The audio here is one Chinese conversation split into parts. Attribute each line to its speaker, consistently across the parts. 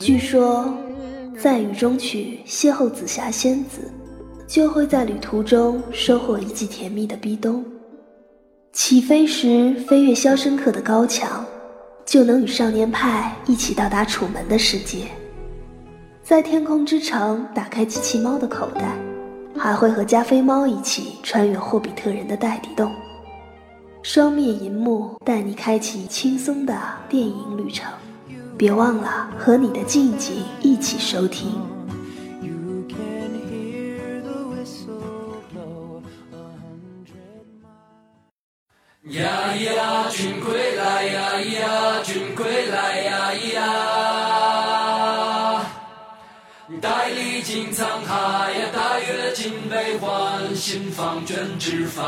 Speaker 1: 据说，在雨中曲邂逅紫霞仙子，就会在旅途中收获一记甜蜜的壁咚。起飞时飞越《肖申克》的高墙，就能与少年派一起到达楚门的世界。在天空之城打开机器猫的口袋，还会和加菲猫一起穿越霍比特人的袋底洞。双面银幕带你开启轻松的电影旅程，别忘了和你的静静一起收听。
Speaker 2: 呀呀，军归来呀呀，军归来呀呀！带历尽沧海呀，带阅尽悲欢，心放卷纸帆。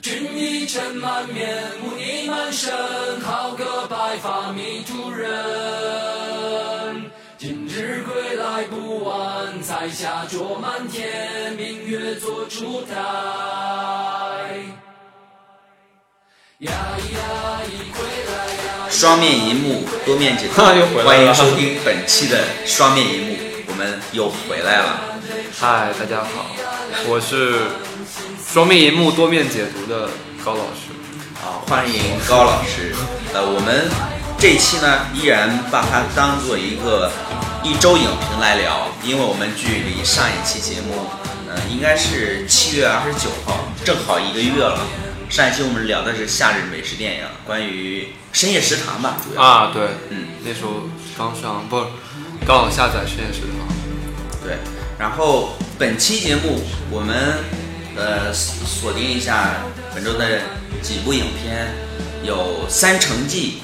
Speaker 2: 君一尘满面，污泥满身，好个白发迷途人。今日归来不晚，彩霞灼满天，明月做烛台。呀呀，一归来呀！
Speaker 3: 双面银幕，多面解读
Speaker 4: 又回来了
Speaker 3: 欢迎收听本期的双面银幕，我们又回来了。
Speaker 4: 嗨，大家好，我是双面银幕多面解读的高老师。
Speaker 3: 啊，欢迎高老师。呃，我们这一期呢，依然把它当做一个一周影评来聊，因为我们距离上一期节目，呃，应该是七月二十九号，正好一个月了。上一期我们聊的是夏日美食电影，关于深夜食堂吧，主要。
Speaker 4: 啊，对，
Speaker 3: 嗯，
Speaker 4: 那时候刚上，不是刚好下载实验室堂。
Speaker 3: 对，然后本期节目我们呃锁定一下本周的几部影片，有《三城记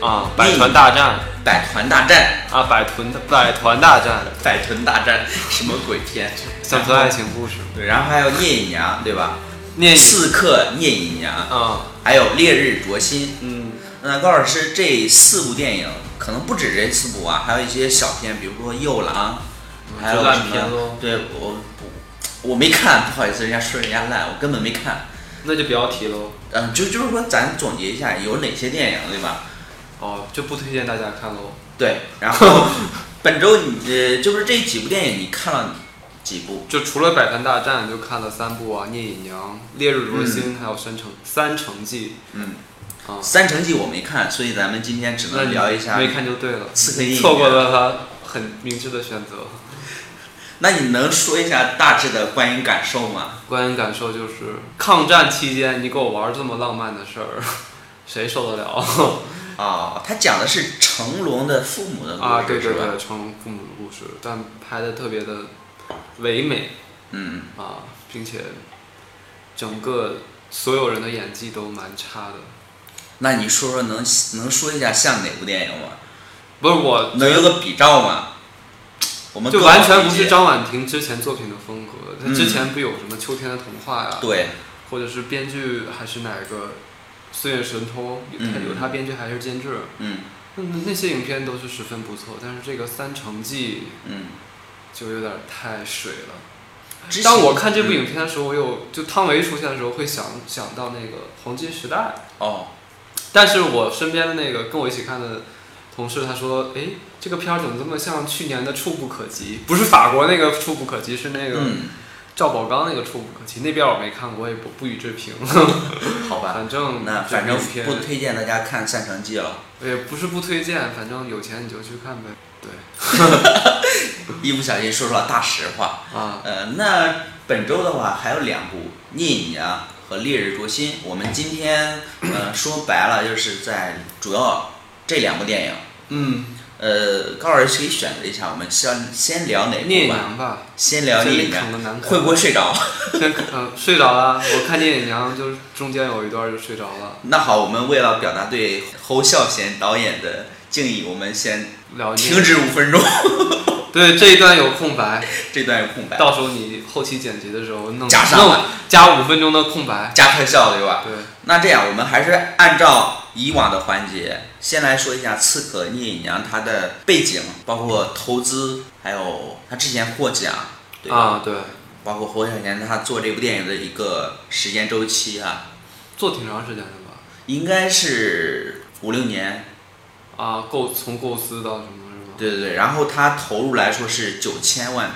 Speaker 4: 啊，百团大战》
Speaker 3: 《百团大战
Speaker 4: 啊，百团百团大战，》哎
Speaker 3: 《百团大战》什么鬼片？
Speaker 4: 乡村爱情故事，
Speaker 3: 对，然后还有《聂隐娘》，对吧？
Speaker 4: 聂
Speaker 3: 刺客聂隐娘，
Speaker 4: 啊，
Speaker 3: 还有《烈日灼心》。
Speaker 4: 嗯，
Speaker 3: 那高老师这四部电影可能不止这四部啊，还有一些小片，比如说《右狼》，还有
Speaker 4: 就嗯烂
Speaker 3: 什么
Speaker 4: 片咯
Speaker 3: 对我不我没看，不好意思，人家说人家烂，我根本没看。
Speaker 4: 那就不要提喽。
Speaker 3: 嗯，就就是说，咱总结一下有哪些电影，对吧？
Speaker 4: 哦，就不推荐大家看喽。
Speaker 3: 对，然 后本周你呃，就是这几部电影，你看了几部？
Speaker 4: 就除了《百团大战》，就看了三部啊，《聂隐娘》《烈日灼心》还有《三城三城记
Speaker 3: 嗯，
Speaker 4: 啊
Speaker 3: 《三城记》我没看，所以咱们今天只》，
Speaker 4: 那
Speaker 3: 能
Speaker 4: 你
Speaker 3: 聊一下。
Speaker 4: 没看就对了，
Speaker 3: 刺客聂隐娘
Speaker 4: 错过了他很明智的选择。
Speaker 3: 那你能说一下大致的观影感受吗？
Speaker 4: 观影感受就是，抗战期间你给我玩这么浪漫的事儿， 谁受得了？
Speaker 3: 啊、他讲的是成龙的父母的故事，
Speaker 4: 啊，对对
Speaker 3: 是吧？
Speaker 4: 对，成龙父母的故事，但拍的特别的唯美
Speaker 3: 嗯，
Speaker 4: 啊，并且整个所有人的演技都蛮差的。
Speaker 3: 那你说说能能说一下像哪部电影吗？
Speaker 4: 不是我，
Speaker 3: 能有个比照吗？我们
Speaker 4: 就
Speaker 3: 更好
Speaker 4: 完全不
Speaker 3: 理解
Speaker 4: 是张婉婷之前作品的风格。她
Speaker 3: 嗯
Speaker 4: 之前不有什么《秋天的童话》呀，
Speaker 3: 对，
Speaker 4: 或者是编剧还是哪个《岁月神偷》，他
Speaker 3: 嗯
Speaker 4: 有他编剧还是监制，
Speaker 3: 嗯
Speaker 4: 那那些影片都是十分不错，但是这个《三城记》。
Speaker 3: 嗯。
Speaker 4: 就有点太水了。
Speaker 3: 之
Speaker 4: 当
Speaker 3: 前
Speaker 4: 我看这部
Speaker 3: 嗯
Speaker 4: 影片的时候，我有就汤唯出现的时候，会想想到那个黄金时代。
Speaker 3: 哦，
Speaker 4: 但是我身边的那个跟我一起看的同事，他说：“哎，这个片儿怎么这么像去年的《触不可及》？不是法国那个《触不可及》，是那个
Speaker 3: 嗯，
Speaker 4: 赵宝刚那个《触不可及》。那边我没看过，我也不不予置评。
Speaker 3: 好吧。
Speaker 4: 反正
Speaker 3: 那
Speaker 4: 这
Speaker 3: 反
Speaker 4: 部
Speaker 3: 正
Speaker 4: 影片
Speaker 3: 不推荐大家看《三城记》了，
Speaker 4: 也不是不推荐，反正有钱你就去看呗。对
Speaker 3: 一不小心说出了大实话。
Speaker 4: 啊，
Speaker 3: 呃，那本周的话还有两部《聂隐娘》和《烈日灼心》，我们今天呃说白了就是在主要这两部电影。
Speaker 4: 嗯，
Speaker 3: 呃，高老师可以选择一下，我们先先聊哪部
Speaker 4: 聂隐
Speaker 3: 吧？
Speaker 4: 娘吧，
Speaker 3: 先聊《聂隐
Speaker 4: 先啃个
Speaker 3: 娘
Speaker 4: 南》，瓜
Speaker 3: 会不会睡着？
Speaker 4: 先呃睡着了，我看聂隐娘就是中间有一段就睡着了。
Speaker 3: 那好，我们为了表达对侯孝贤导演的敬意，我们先
Speaker 4: 了解
Speaker 3: 停止五分钟，
Speaker 4: 对这一段有空白，
Speaker 3: 这段有空白，
Speaker 4: 到时候你后期剪辑的时候弄
Speaker 3: 加上
Speaker 4: 弄加五分钟的空白。
Speaker 3: 加特效对吧？
Speaker 4: 对，
Speaker 3: 那这样，我们还是按照以往的环节，先来说一下《刺客聂隐娘》它的背景，包括投资，还有他之前获奖，对吧？
Speaker 4: 啊对，
Speaker 3: 包括侯孝贤他做这部电影的一个时间周期啊，
Speaker 4: 做挺长时间的吧？
Speaker 3: 应该是五六年，
Speaker 4: 啊构从构思到什么是吗？
Speaker 3: 对对对，然后它投入来说是九千万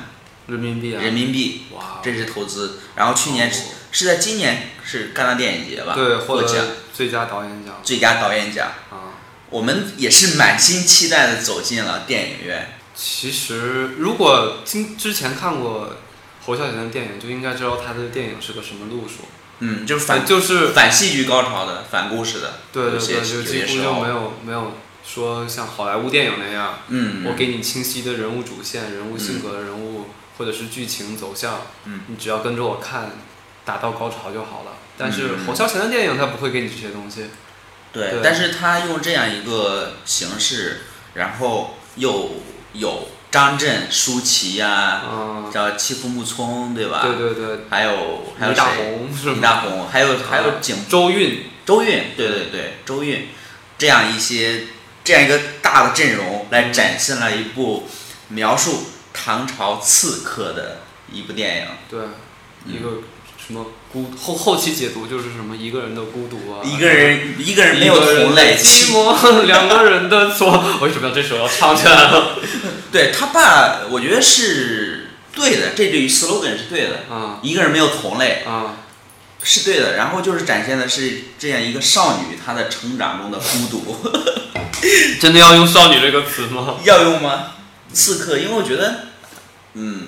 Speaker 4: 人民币啊，
Speaker 3: 人民币，
Speaker 4: 哇，
Speaker 3: 这是投资。然后去年是
Speaker 4: 哦
Speaker 3: 是在今年是戛纳电影节吧，
Speaker 4: 对
Speaker 3: 获
Speaker 4: 获
Speaker 3: 奖
Speaker 4: 得最佳导演奖
Speaker 3: 最佳导演奖。
Speaker 4: 啊。
Speaker 3: 我们也是满心期待的走进了电影院。
Speaker 4: 其实，如果今之前看过侯孝贤的电影，就应该知道他的电影是个什么路数。
Speaker 3: 嗯，就是反
Speaker 4: 就是
Speaker 3: 反戏剧高潮的，反故事的，
Speaker 4: 对
Speaker 3: 有
Speaker 4: 对
Speaker 3: 些
Speaker 4: 对，就
Speaker 3: 有
Speaker 4: 几
Speaker 3: 些
Speaker 4: 乎
Speaker 3: 时
Speaker 4: 就没
Speaker 3: 候，
Speaker 4: 有没有说像好莱坞电影那样，
Speaker 3: 嗯，
Speaker 4: 我给你清晰的人物主线、人物性格、人物或者是剧情走向，
Speaker 3: 嗯
Speaker 4: 你只要跟着我看，达到高潮就好了。但是
Speaker 3: 嗯
Speaker 4: 侯孝贤的电影他不会给你这些东西，
Speaker 3: 对，
Speaker 4: 对
Speaker 3: 但是他用这样一个形式，然后又有张震、舒淇呀、
Speaker 4: 嗯，
Speaker 3: 叫欺负木聪，对吧？
Speaker 4: 对对对，
Speaker 3: 还有还有
Speaker 4: 李大
Speaker 3: 谁？
Speaker 4: 红是
Speaker 3: 李
Speaker 4: 吗？
Speaker 3: 大红，还有啊还有景
Speaker 4: 啊周韵，
Speaker 3: 周韵，对对对，周韵，这样一些这样一个大的阵容
Speaker 4: 嗯
Speaker 3: 来展现了一部描述唐朝刺客的一部电影，
Speaker 4: 对，
Speaker 3: 嗯
Speaker 4: 一个什么孤后后期解读就是什么一个人的孤独啊，
Speaker 3: 一个人一个人没有
Speaker 4: 一个人
Speaker 3: 同类，
Speaker 4: 寂寞， 两个人的 错。为什么要这首要唱起来了？
Speaker 3: 对他爸，我觉得是对的，这句 slogan 是对的。
Speaker 4: 啊
Speaker 3: 一个人没有同类
Speaker 4: 啊，
Speaker 3: 是对的，然后就是展现的是这样一个少女她的成长中的孤独，
Speaker 4: 真的要用少女这个词吗？
Speaker 3: 要用吗？刺客，因为我觉得，嗯，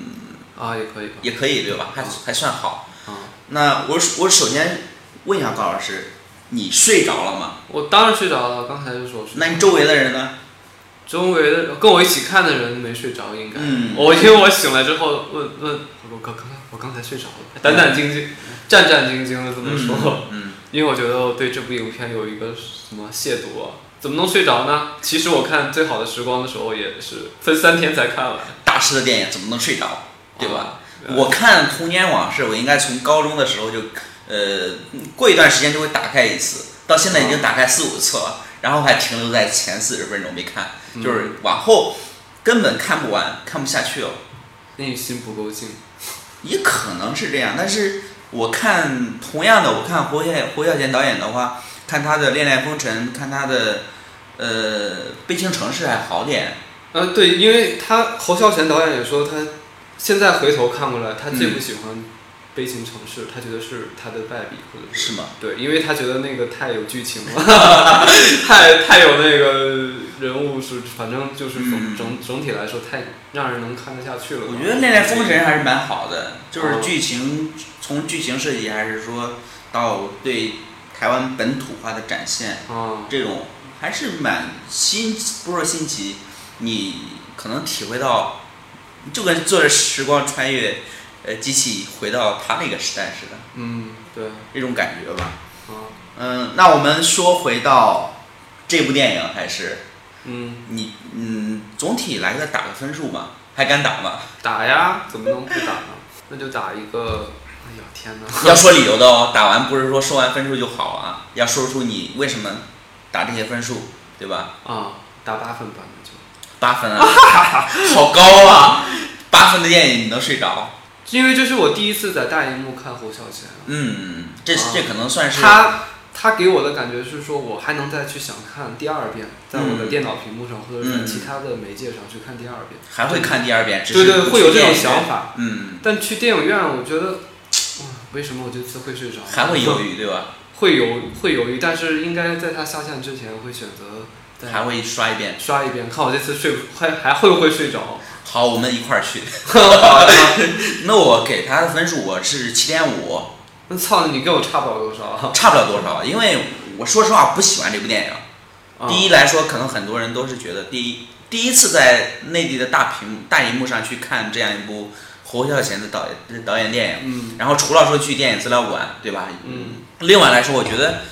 Speaker 4: 啊，也可以。
Speaker 3: 也可以对吧？还还算好。
Speaker 4: 啊，
Speaker 3: 那我首我首先问一下高老师，你睡着了吗？
Speaker 4: 我当然睡着了，刚才就说我睡着
Speaker 3: 那你周围的人呢？
Speaker 4: 周围的跟我一起看的人没睡着，应该。
Speaker 3: 嗯
Speaker 4: 我因为我醒来之后问问我刚刚我刚才睡着了，哎胆胆兢兢、战战兢兢的这么说，
Speaker 3: 嗯，
Speaker 4: 因为我觉得我对这部影片有一个什么亵渎啊。怎么能睡着呢？其实我看《最好的时光》的时候也是分三天才看完，
Speaker 3: 大师的电影怎么能睡着，对吧？
Speaker 4: 啊？
Speaker 3: 我看《童年往事》，我应该从高中的时候就，呃，过一段时间就会打开一次，到现在已经打开四五次了，然后还停留在前四十分钟没看，就是往后根本看不完，看不下去了。
Speaker 4: 那你心不够静。
Speaker 3: 也可能是这样，但是我看同样的，我看侯孝侯孝贤导演的话，看他的《恋恋风尘》，看他的呃《悲情城市》还好点，
Speaker 4: 呃，对，因为他侯孝贤导演也说，他现在回头看过来，他
Speaker 3: 嗯
Speaker 4: 最不喜欢《悲情城市》他觉得是他的败笔，或者
Speaker 3: 是吗？
Speaker 4: 对，因为他觉得那个太有剧情了， 太太有那个人物是，反正就是
Speaker 3: 嗯
Speaker 4: 总整整体来说太让人能看得下去了。
Speaker 3: 我觉得《恋恋风尘》还是蛮好的，就是
Speaker 4: 嗯
Speaker 3: 剧情从剧情设计还是说到对台湾本土化的展现，
Speaker 4: 啊，
Speaker 3: 这种还是蛮新，不说新奇，你可能体会到，就跟坐着时光穿越，呃，机器回到他那个时代似的，
Speaker 4: 嗯，对，
Speaker 3: 这种感觉吧。
Speaker 4: 啊，
Speaker 3: 嗯，那我们说回到这部电影，还是
Speaker 4: 嗯，
Speaker 3: 你嗯，总体来个打个分数吧，还敢打吗？
Speaker 4: 打呀，怎么能不打呢？那就打一个，哎呀，天哪！
Speaker 3: 要说理由的哦，打完不是说说完分数就好啊，要说出你为什么打这些分数，对吧？
Speaker 4: 啊，打八分吧，那就。
Speaker 3: 八分啊，好高啊！八分的电影你能睡着？
Speaker 4: 因为这是我第一次在大荧幕看侯孝贤，
Speaker 3: 嗯，这
Speaker 4: 啊
Speaker 3: 这可能算是
Speaker 4: 他他给我的感觉是说，我还能再去想看第二遍，在我
Speaker 3: 嗯
Speaker 4: 的电脑屏幕上或者在其他的媒介上去看第二遍。
Speaker 3: 还会看第二遍，只
Speaker 4: 对
Speaker 3: 是
Speaker 4: 对，
Speaker 3: 不
Speaker 4: 会
Speaker 3: 去
Speaker 4: 有这种
Speaker 3: 电影院
Speaker 4: 想。法，
Speaker 3: 嗯，
Speaker 4: 但去电影院，我觉得，哇为什么我这次会睡着？
Speaker 3: 还会犹，豫对吧？
Speaker 4: 会犹会犹豫，但是应该在它下线之前会选择再
Speaker 3: 还会刷一遍。
Speaker 4: 刷一遍，看我这次睡不还还会不会 睡着。
Speaker 3: 好，我们一块儿去。
Speaker 4: 好的
Speaker 3: 那我给他的分数我是七点五，
Speaker 4: 那操，你跟我差不了多少啊。
Speaker 3: 差不了多少，因为我说实话不喜欢这部电影。
Speaker 4: 啊
Speaker 3: 第一来说，可能很多人都是觉得第一第一次在内地的大屏幕大荧幕上去看这样一部侯孝贤的导演导演电影，
Speaker 4: 嗯
Speaker 3: 然后除了说去电影资料馆，对吧？
Speaker 4: 嗯
Speaker 3: 另外来说，我觉得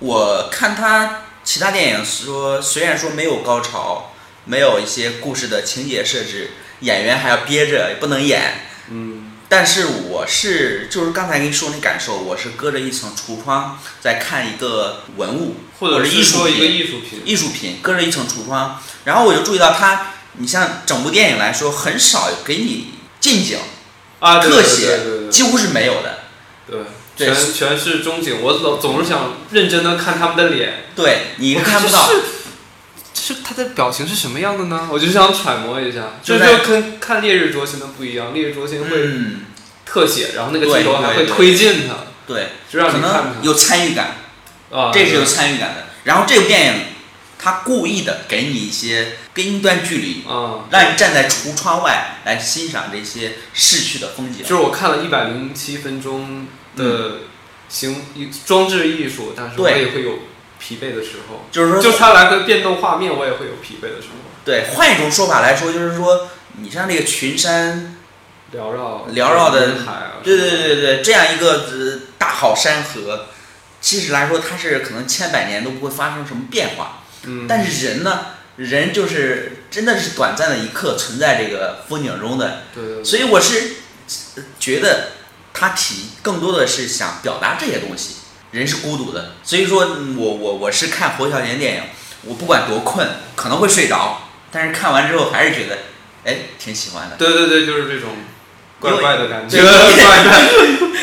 Speaker 3: 我看他其他电影说，虽然说没有高潮，没有一些故事的情节设置，演员还要憋着不能演，
Speaker 4: 嗯
Speaker 3: 但是我是就是刚才跟你说那感受，我是隔着一层橱窗在看一个文物
Speaker 4: 或者
Speaker 3: 者艺
Speaker 4: 是
Speaker 3: 术
Speaker 4: 说一个
Speaker 3: 品，
Speaker 4: 艺术品。
Speaker 3: 艺术品隔着一层橱窗，然后我就注意到它，你像整部电影来说，很少给你近景、
Speaker 4: 啊，对
Speaker 3: 特
Speaker 4: 对对对
Speaker 3: 写，
Speaker 4: 对
Speaker 3: 几乎是没有的。
Speaker 4: 对，
Speaker 3: 对
Speaker 4: 全全是中景，我总总是想认真的看他们的脸，
Speaker 3: 对你
Speaker 4: 我
Speaker 3: 看不到，
Speaker 4: 是是他的表情是什么样的呢？我就想揣摩一下，
Speaker 3: 就
Speaker 4: 这
Speaker 3: 在
Speaker 4: 就跟看《烈日灼心》的不一样，《烈日灼心》会
Speaker 3: 嗯，
Speaker 4: 特写，然后那个
Speaker 3: 对
Speaker 4: 镜头还
Speaker 3: 对
Speaker 4: 会
Speaker 3: 对
Speaker 4: 推进他，
Speaker 3: 对，
Speaker 4: 就让
Speaker 3: 可
Speaker 4: 你看
Speaker 3: 能有参与感，
Speaker 4: 他啊，
Speaker 3: 这是有
Speaker 4: 对
Speaker 3: 参与感的。然后这部电影，它故意的给你一些边段距离，
Speaker 4: 啊，
Speaker 3: 让你站在橱窗外来欣赏这些逝去的风景。
Speaker 4: 就是我看了一百零七分钟的行一装置艺术，但是我
Speaker 3: 嗯对
Speaker 4: 也会有疲惫的时候，
Speaker 3: 就是说，
Speaker 4: 就是它来回变动画面，我也会有疲惫的时候，
Speaker 3: 对，换一种说法来说，就是说，你像这个群山，
Speaker 4: 缭绕
Speaker 3: 缭绕的
Speaker 4: 云海啊，
Speaker 3: 对对对对对，这样一个呃大好山河，其实来说它是可能千百年都不会发生什么变化，
Speaker 4: 嗯，
Speaker 3: 但是人呢，人就是真的是短暂的一刻存在这个风景中的，
Speaker 4: 对对对，
Speaker 3: 所以我是呃觉得他提更多的是想表达这些东西，人是孤独的，所以说嗯我我我是看侯孝贤电影，我不管多困，可能会睡着，但是看完之后还是觉得，哎，挺喜欢的。
Speaker 4: 对对对，就是这种怪怪的 感觉，
Speaker 3: 因为
Speaker 4: 怪怪。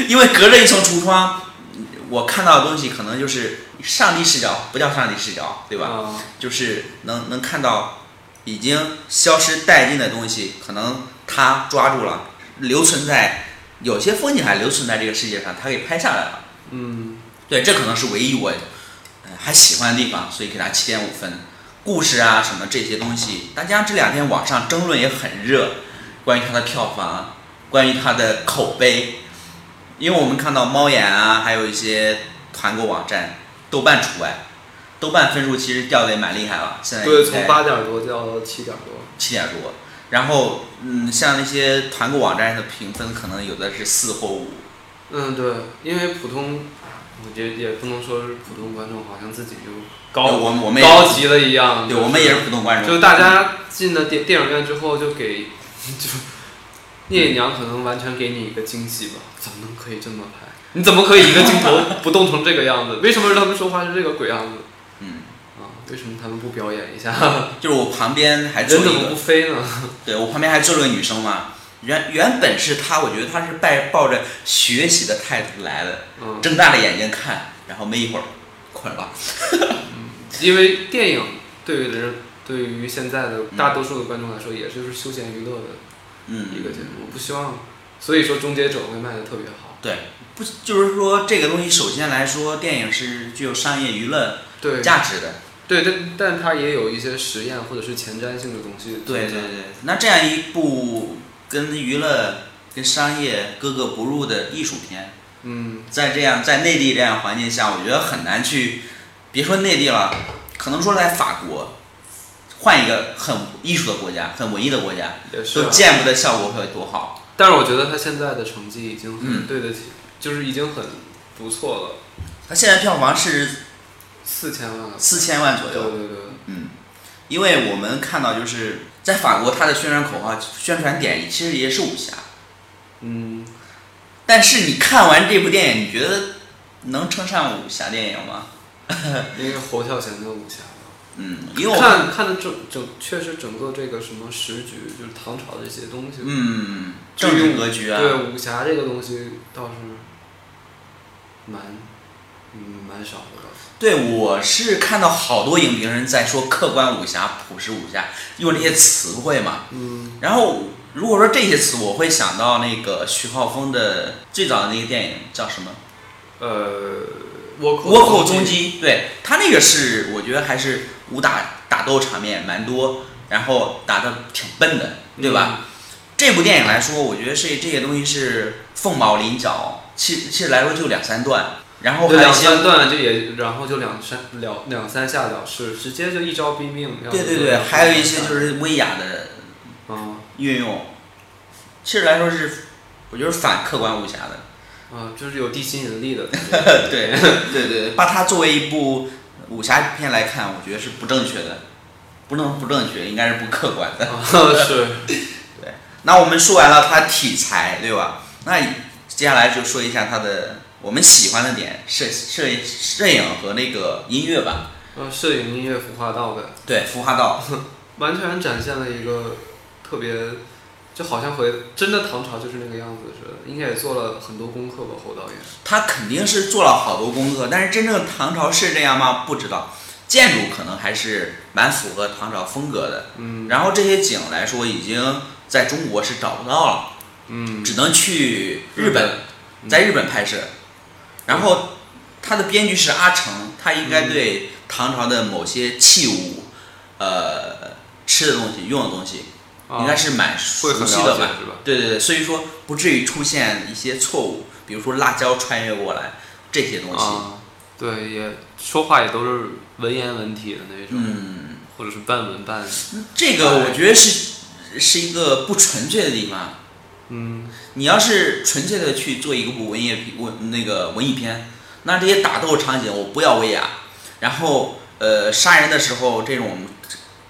Speaker 3: 因为隔着一层橱窗，嗯我看到的东西可能就是上帝视角，不叫上帝视角，对吧？
Speaker 4: 啊，
Speaker 3: 就是能能看到已经消失殆尽的东西，可能他抓住了，留存在有些风景还留存在这个世界上，他给拍下来了。
Speaker 4: 嗯，
Speaker 3: 对，这可能是唯一我呃还喜欢的地方，所以给他七点五分。故事啊什么这些东西，大家这两天网上争论也很热，关于它的票房，关于它的口碑，因为我们看到猫眼啊，还有一些团购网站，豆瓣除外，豆瓣分数其实掉的也蛮厉害了，现在
Speaker 4: 对，
Speaker 3: 应该
Speaker 4: 从八点多掉到七点多，
Speaker 3: 七点多，然后嗯，像那些团购网站的评分，可能有的是四或五，
Speaker 4: 嗯，对，因为普通，我觉得也不能说是普通观众，好像自己就
Speaker 3: 我
Speaker 4: 高
Speaker 3: 们我们也
Speaker 4: 高级了一
Speaker 3: 对，
Speaker 4: 样，就是
Speaker 3: 我们也是普通观众，
Speaker 4: 就大家进了电电影院之后，就给就聂隐娘可能完全给你一个惊喜吧，怎么能可以这么拍？你怎么可以一个镜 头不动成这个样子？为什么他们说话是这个鬼样子
Speaker 3: 嗯，
Speaker 4: 啊？为什么他们不表演一下？
Speaker 3: 就是我旁边还坐
Speaker 4: 人
Speaker 3: 一
Speaker 4: 怎
Speaker 3: 个
Speaker 4: 么不，飞呢？
Speaker 3: 对我旁边还坐了个女生嘛。原原本是她，我觉得她是带抱着学习的态度来的，
Speaker 4: 嗯，
Speaker 3: 睁大了眼睛看，然后没一会儿困了。
Speaker 4: 因为电影对于人，对于现在的
Speaker 3: 嗯
Speaker 4: 大多数的观众来说，也就是休闲娱乐的一个节
Speaker 3: 嗯，
Speaker 4: 目，不希望，所以说《终结者》会卖的特别好。
Speaker 3: 对，不就是说这个东西，首先来说，电影是具有商业娱乐
Speaker 4: 对，
Speaker 3: 价值的。
Speaker 4: 对，但但它也有一些实验或者是前瞻性的东西。
Speaker 3: 对对对，那这样一部跟娱乐、跟商业格格不入的艺术片，
Speaker 4: 嗯，
Speaker 3: 在这样在内地这样环境下，我觉得很难去，别说内地了，可能说在法国，换一个很艺术的国家、很文艺的国家，
Speaker 4: 也是、
Speaker 3: 都
Speaker 4: 啊。
Speaker 3: 见不得效果会有多好。
Speaker 4: 但是我觉得他现在的成绩已经
Speaker 3: 嗯
Speaker 4: 很对得起，就是已经很不错了，
Speaker 3: 它现在票房是
Speaker 4: 四千万了。
Speaker 3: 四千万左
Speaker 4: 对
Speaker 3: 右，
Speaker 4: 对对，
Speaker 3: 嗯，因为我们看到就是在法国，它的宣传口号、宣传点其实也是武侠，
Speaker 4: 嗯，
Speaker 3: 但是你看完这部电影，你觉得能称上武侠电影吗？
Speaker 4: 因为侯孝贤的武侠嘛。
Speaker 3: 嗯，因为我
Speaker 4: 看看的整整，确实整个这个什么时局，就是唐朝这些东西，
Speaker 3: 嗯，政治格局啊，
Speaker 4: 对武侠这个东西倒是蛮嗯蛮少的吧。
Speaker 3: 对，我是看到好多影评人在说客观武侠、朴实武侠，用这些词汇嘛。
Speaker 4: 嗯，
Speaker 3: 然后如果说这些词，我会想到那个徐浩峰的最早的那个电影叫什么
Speaker 4: 呃，倭
Speaker 3: 《
Speaker 4: 寇
Speaker 3: 倭寇踪迹》，对他那个是我觉得还是武打打斗场面蛮多，然后打的挺笨的，对吧？
Speaker 4: 嗯
Speaker 3: 这部电影来说，我觉得是这些东西是凤毛麟角，其其实来说就两三段，然后
Speaker 4: 对
Speaker 3: 还有一
Speaker 4: 嗯两
Speaker 3: 些
Speaker 4: 三段就也，然后就两三了两三下了事，直接就一招毙命。要不
Speaker 3: 对对
Speaker 4: 就
Speaker 3: 对，
Speaker 4: 两三
Speaker 3: 还有一些
Speaker 4: 下
Speaker 3: 就是威亚的
Speaker 4: 啊
Speaker 3: 运用，其实来说是，我觉得是反客观武侠的。
Speaker 4: 啊，就是有地心引力的。
Speaker 3: 对对对，把它作为一部武侠片来看，我觉得是不正确的，不能不正确，应该是不客观的。
Speaker 4: 啊， 是，
Speaker 3: 那我们说完了它题材，对吧？那接下来就说一下它的我们喜欢的点，摄摄摄影和那个音乐吧。
Speaker 4: 呃，摄影、音乐、服化道呗，
Speaker 3: 对，服化道，
Speaker 4: 完全展现了一个特别，就好像回真的唐朝就是那个样子似的。应该也做了很多功课吧，侯导演。
Speaker 3: 他肯定是做了好多功课，但是真正唐朝是这样吗？不知道。建筑可能还是蛮符合唐朝风格的。
Speaker 4: 嗯
Speaker 3: 然后这些景来说，已经在中国是找不到了，
Speaker 4: 嗯，
Speaker 3: 只能去日
Speaker 4: 日嗯
Speaker 3: 本，在日本拍摄。然后他的编剧是阿成，他应该对唐朝的某些器物，呃，吃的东西、用的东西，
Speaker 4: 啊
Speaker 3: 应该是蛮
Speaker 4: 会
Speaker 3: 熟
Speaker 4: 很
Speaker 3: 悉的
Speaker 4: 了解
Speaker 3: 吧？
Speaker 4: 是吧？
Speaker 3: 对对对，所以说不至于出现一些错误，比如说辣椒穿越过来这些东西。
Speaker 4: 啊，对，也说话也都是文言文体的那种，
Speaker 3: 嗯，
Speaker 4: 或者是半文半，
Speaker 3: 这个我觉得是是一个不纯粹的地方。
Speaker 4: 嗯，
Speaker 3: 你要是纯粹的去做一个部文艺片文那个文艺片，那这些打斗场景我不要威亚，然后呃杀人的时候这种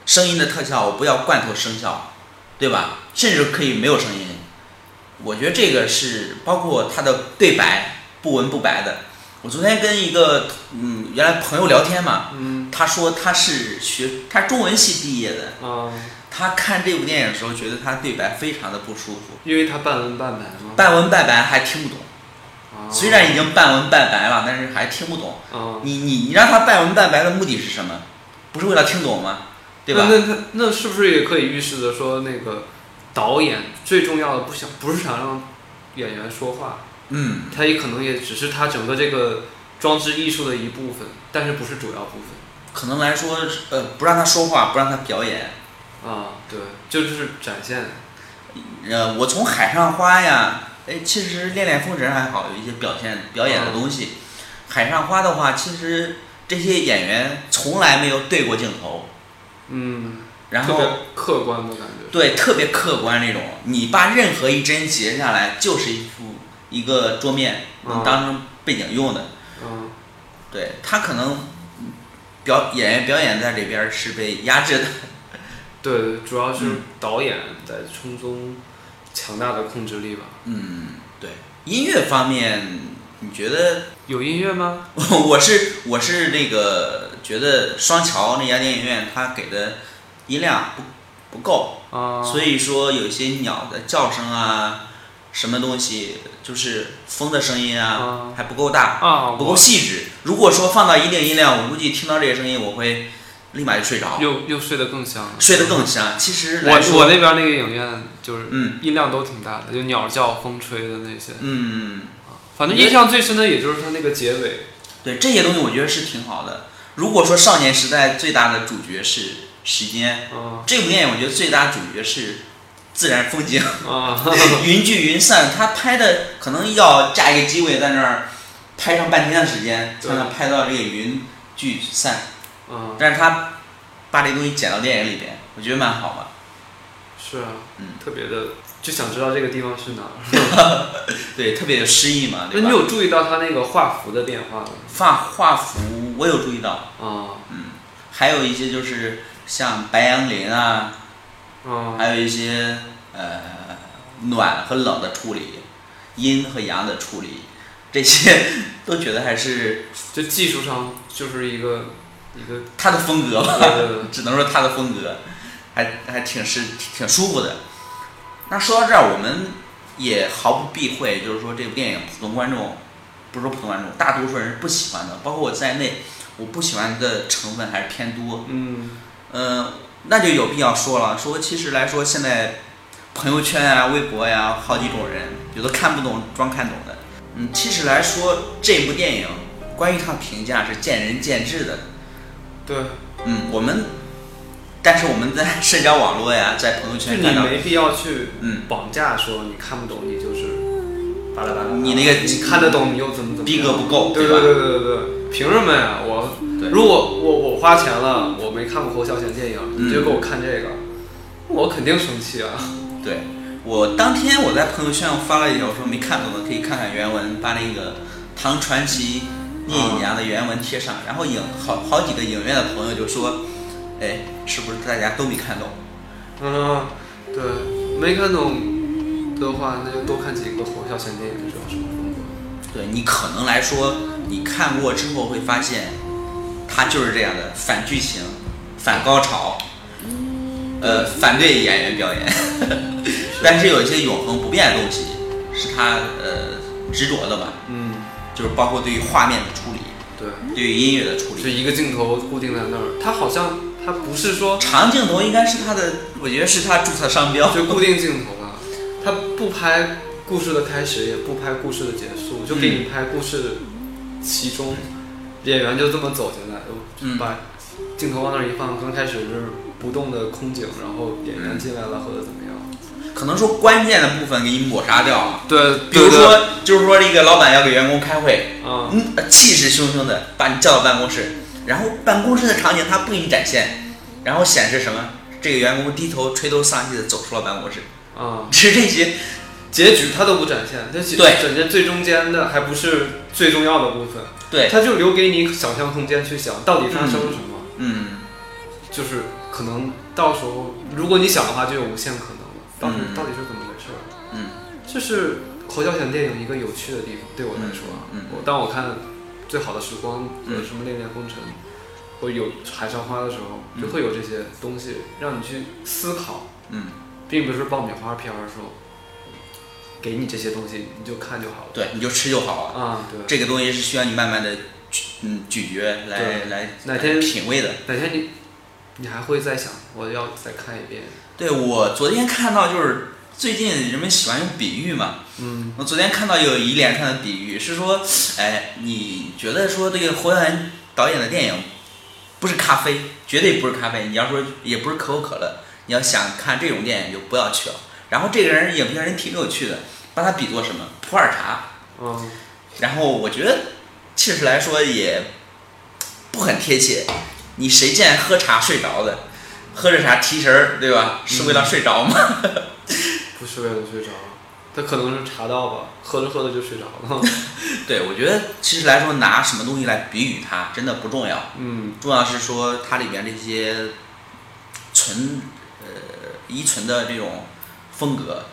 Speaker 3: 声音的特效我不要罐头声效，对吧？甚至可以没有声音。我觉得这个是包括他的对白不文不白的。我昨天跟一个嗯原来朋友聊天嘛，
Speaker 4: 嗯，
Speaker 3: 他说他是学他中文系毕业的，
Speaker 4: 啊，
Speaker 3: 他看这部电影的时候觉得他对白非常的不舒服，
Speaker 4: 因为它半文半白嘛，
Speaker 3: 半文半白还听不懂。
Speaker 4: 啊
Speaker 3: 虽然已经半文半白了，但是还听不懂。
Speaker 4: 啊，
Speaker 3: 你你你让他半文半白的目的是什么？不是为了听懂吗？对吧？
Speaker 4: 那那那那是不是也可以预示着说，那个导演最重要的不想不是想让演员说话，
Speaker 3: 嗯，
Speaker 4: 他也可能也只是他整个这个装置艺术的一部分，但是不是主要部分
Speaker 3: 可能来说，呃，不让他说话，不让他表演。
Speaker 4: 啊？对，就是展现
Speaker 3: 呃，我从海上花呀，哎，其实恋恋风尘还好，有一些表现表演的东西。
Speaker 4: 哦
Speaker 3: 海上花的话，其实这些演员从来没有对过镜头，
Speaker 4: 嗯，
Speaker 3: 然
Speaker 4: 特别
Speaker 3: 后
Speaker 4: 客观的感觉。
Speaker 3: 对特别客观那种。你把任何一帧截下来，就是一幅一个桌面，
Speaker 4: 嗯
Speaker 3: 你当成背景用的。
Speaker 4: 嗯，
Speaker 3: 对他可能嗯表演员表演在这边儿是被压制的，
Speaker 4: 对，主要是
Speaker 3: 嗯
Speaker 4: 导演在从中强大的控制力吧。
Speaker 3: 嗯，对。音乐方面，你觉得？
Speaker 4: 有音乐吗？
Speaker 3: 我是我是那个觉得双桥那家电影院它给的音量不不够，
Speaker 4: 啊，
Speaker 3: 所以说有一些鸟的叫声啊，什么东西就是风的声音啊
Speaker 4: 啊
Speaker 3: 还不够大，
Speaker 4: 啊，
Speaker 3: 不够
Speaker 4: 我
Speaker 3: 细致。如果说放到一定音量，我估计听到这些声音我会立马就睡着，
Speaker 4: 又又睡得更香了。
Speaker 3: 睡得更香。其实来
Speaker 4: 我
Speaker 3: 说
Speaker 4: 我那边那个影院就是
Speaker 3: 嗯。
Speaker 4: 音量都挺大的，就鸟叫、风吹的那些。
Speaker 3: 嗯，
Speaker 4: 反正印象最深的也就是它那个结尾，
Speaker 3: 对，这些东西我觉得是挺好的。如果说少年时代最大的主角是时间，
Speaker 4: 啊
Speaker 3: 这部电影我觉得最大主角是自然风 景，
Speaker 4: 啊，
Speaker 3: 云聚云散。他拍的可能要架一个机位在那儿拍上半天的时间，才能拍到这个云聚散。
Speaker 4: 嗯，
Speaker 3: 但是他把这东西剪到电影里边，我觉得蛮好的。
Speaker 4: 是啊，
Speaker 3: 嗯
Speaker 4: 特别的，就想知道这个地方是哪儿。
Speaker 3: 对，特别有诗意嘛，
Speaker 4: 那
Speaker 3: 对
Speaker 4: 你
Speaker 3: 吧？
Speaker 4: 有注意到它那个画幅的变化吗？
Speaker 3: 画画幅我有注意到，
Speaker 4: 啊，
Speaker 3: 还有一些就是像白杨林啊，
Speaker 4: 啊，
Speaker 3: 还有一些呃暖和冷的处理，阴和阳的处理，这些 都觉得还是
Speaker 4: 就技术上就是一个一个
Speaker 3: 他的风格吧，
Speaker 4: 呃
Speaker 3: 只能说他的风格，还还挺是挺舒服的。那说到这儿，我们也毫不避讳，就是说这部电影普通观众，不是说普通观众，大多数人是不喜欢的，包括我在内，我不喜欢的成分还是偏多。
Speaker 4: 嗯
Speaker 3: 嗯，那就有必要说了，说其实来说，现在朋友圈啊、微博呀、好几种人，有的看不懂装看懂的。嗯，其实来说，这部电影关于它的评价是见仁见智的。
Speaker 4: 对，
Speaker 3: 嗯，我们，但是我们在社交网络呀，在朋友
Speaker 4: 就
Speaker 3: 圈
Speaker 4: 你
Speaker 3: 哎看到，
Speaker 4: 没必要去
Speaker 3: 嗯
Speaker 4: 绑架说你看不懂你就是巴拉巴拉，
Speaker 3: 你那个
Speaker 4: 你看得懂你又怎么怎么样
Speaker 3: 哎逼格不够
Speaker 4: 对
Speaker 3: 对吧
Speaker 4: 对对对对，凭什么呀？我
Speaker 3: 对
Speaker 4: 如果我我花钱了，我没看过侯孝贤电影，
Speaker 3: 嗯
Speaker 4: 你就给我看这个，我肯定生气啊！
Speaker 3: 对我当天我在朋友圈发了一条，我说没看懂的可以看看原文，把那个《唐传奇》聂隐娘的原文贴上，然后影好好几个影院的朋友就说，哎，是不是大家都没看懂？
Speaker 4: 嗯，对，没看懂的话，那就多看几个侯孝贤电影，知道什么风格。
Speaker 3: 对你可能来说，你看过之后会发现，它就是这样的反剧情、反高潮，呃，反对演员表演。 但是有一些永恒不变的东西，是他呃执着的吧，
Speaker 4: 嗯，
Speaker 3: 就是包括对于画面的处理。
Speaker 4: 对，对，
Speaker 3: 对于音乐的处
Speaker 4: 就
Speaker 3: 理。
Speaker 4: 一个镜头固定在那儿，它好像它不是说
Speaker 3: 长镜头应该是他的，我觉得是他注册商标。
Speaker 4: 就固定镜头了，它不拍故事的开始，也不拍故事的结束，就给你拍故事的其中，演员就这么走进来，
Speaker 3: 嗯
Speaker 4: 就把镜头往那儿一放，刚开始是不动的空景，然后演员进来了或者怎么样，
Speaker 3: 可能说关键的部分给你抹杀掉了。
Speaker 4: 对，
Speaker 3: 比如说，就是说这个老板要给员工开会，
Speaker 4: 啊，
Speaker 3: 嗯，气势汹汹的把你叫到办公室，然后办公室的场景他不给你展现，然后显示什么？这个员工低头垂头丧气的走出了办公室，
Speaker 4: 啊，
Speaker 3: 是这些。
Speaker 4: 结局它都不展现，它其实
Speaker 3: 对
Speaker 4: 展现最中间的还不是最重要的部分，
Speaker 3: 对，
Speaker 4: 它就留给你想象空间去想到底发生了什么。
Speaker 3: 嗯，
Speaker 4: 就是可能到时候如果你想的话，就有无限可能了。到底、
Speaker 3: 嗯
Speaker 4: 到底是怎么回事儿？
Speaker 3: 嗯，
Speaker 4: 这是侯孝贤电影一个有趣的地方，对我来说啊，
Speaker 3: 嗯嗯
Speaker 4: 我当我看《最好的时光》和
Speaker 3: 嗯
Speaker 4: 什么《恋恋风尘》或有《海上花》的时候，就会有这些东西让你去思考，
Speaker 3: 嗯，
Speaker 4: 并不是爆米花片儿说给你这些东西你就看就好了。
Speaker 3: 对，你就吃就好了。
Speaker 4: 啊，对。
Speaker 3: 这个东西是需要你慢慢的，嗯，咀嚼来
Speaker 4: 对
Speaker 3: 来
Speaker 4: 哪天
Speaker 3: 品味的。
Speaker 4: 哪天你你还会再想，我要再看一遍。
Speaker 3: 对我昨天看到就是最近人们喜欢用比喻嘛，
Speaker 4: 嗯，
Speaker 3: 我昨天看到有一连串的比喻，是说，哎，你觉得说这个侯孝贤导演的电影不是咖啡，绝对不是咖啡。你要说也不是可口可乐，你要想看这种电影就不要去了。然后这个人影评人挺有趣的，把他比作什么普洱茶。
Speaker 4: 嗯，
Speaker 3: 然后我觉得其实来说也不很贴切。你谁见喝茶睡着的？喝着茶提神儿，对吧？是为了睡着吗？
Speaker 4: 不是为了睡着，他可能是查到吧，喝着喝着就睡着了。
Speaker 3: 对，我觉得其实来说拿什么东西来比喻它真的不重要。
Speaker 4: 嗯
Speaker 3: 重要是说它里面这些存呃依存的这种风格，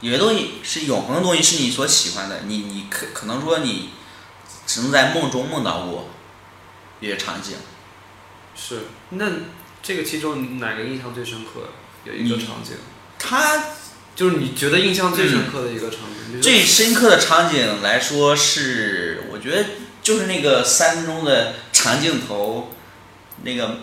Speaker 3: 有些东西是永恒的东西，是你所喜欢的，你你可可能说你只能在梦中梦到过这些场景，，
Speaker 4: 是。那这个其中哪个印象最深刻？有一个
Speaker 3: 你
Speaker 4: 场景，
Speaker 3: 它
Speaker 4: 就是你觉得印象最深刻的一个场景。你觉得
Speaker 3: 最深刻的场景来说是，我觉得就是那个三分钟的长镜头，那个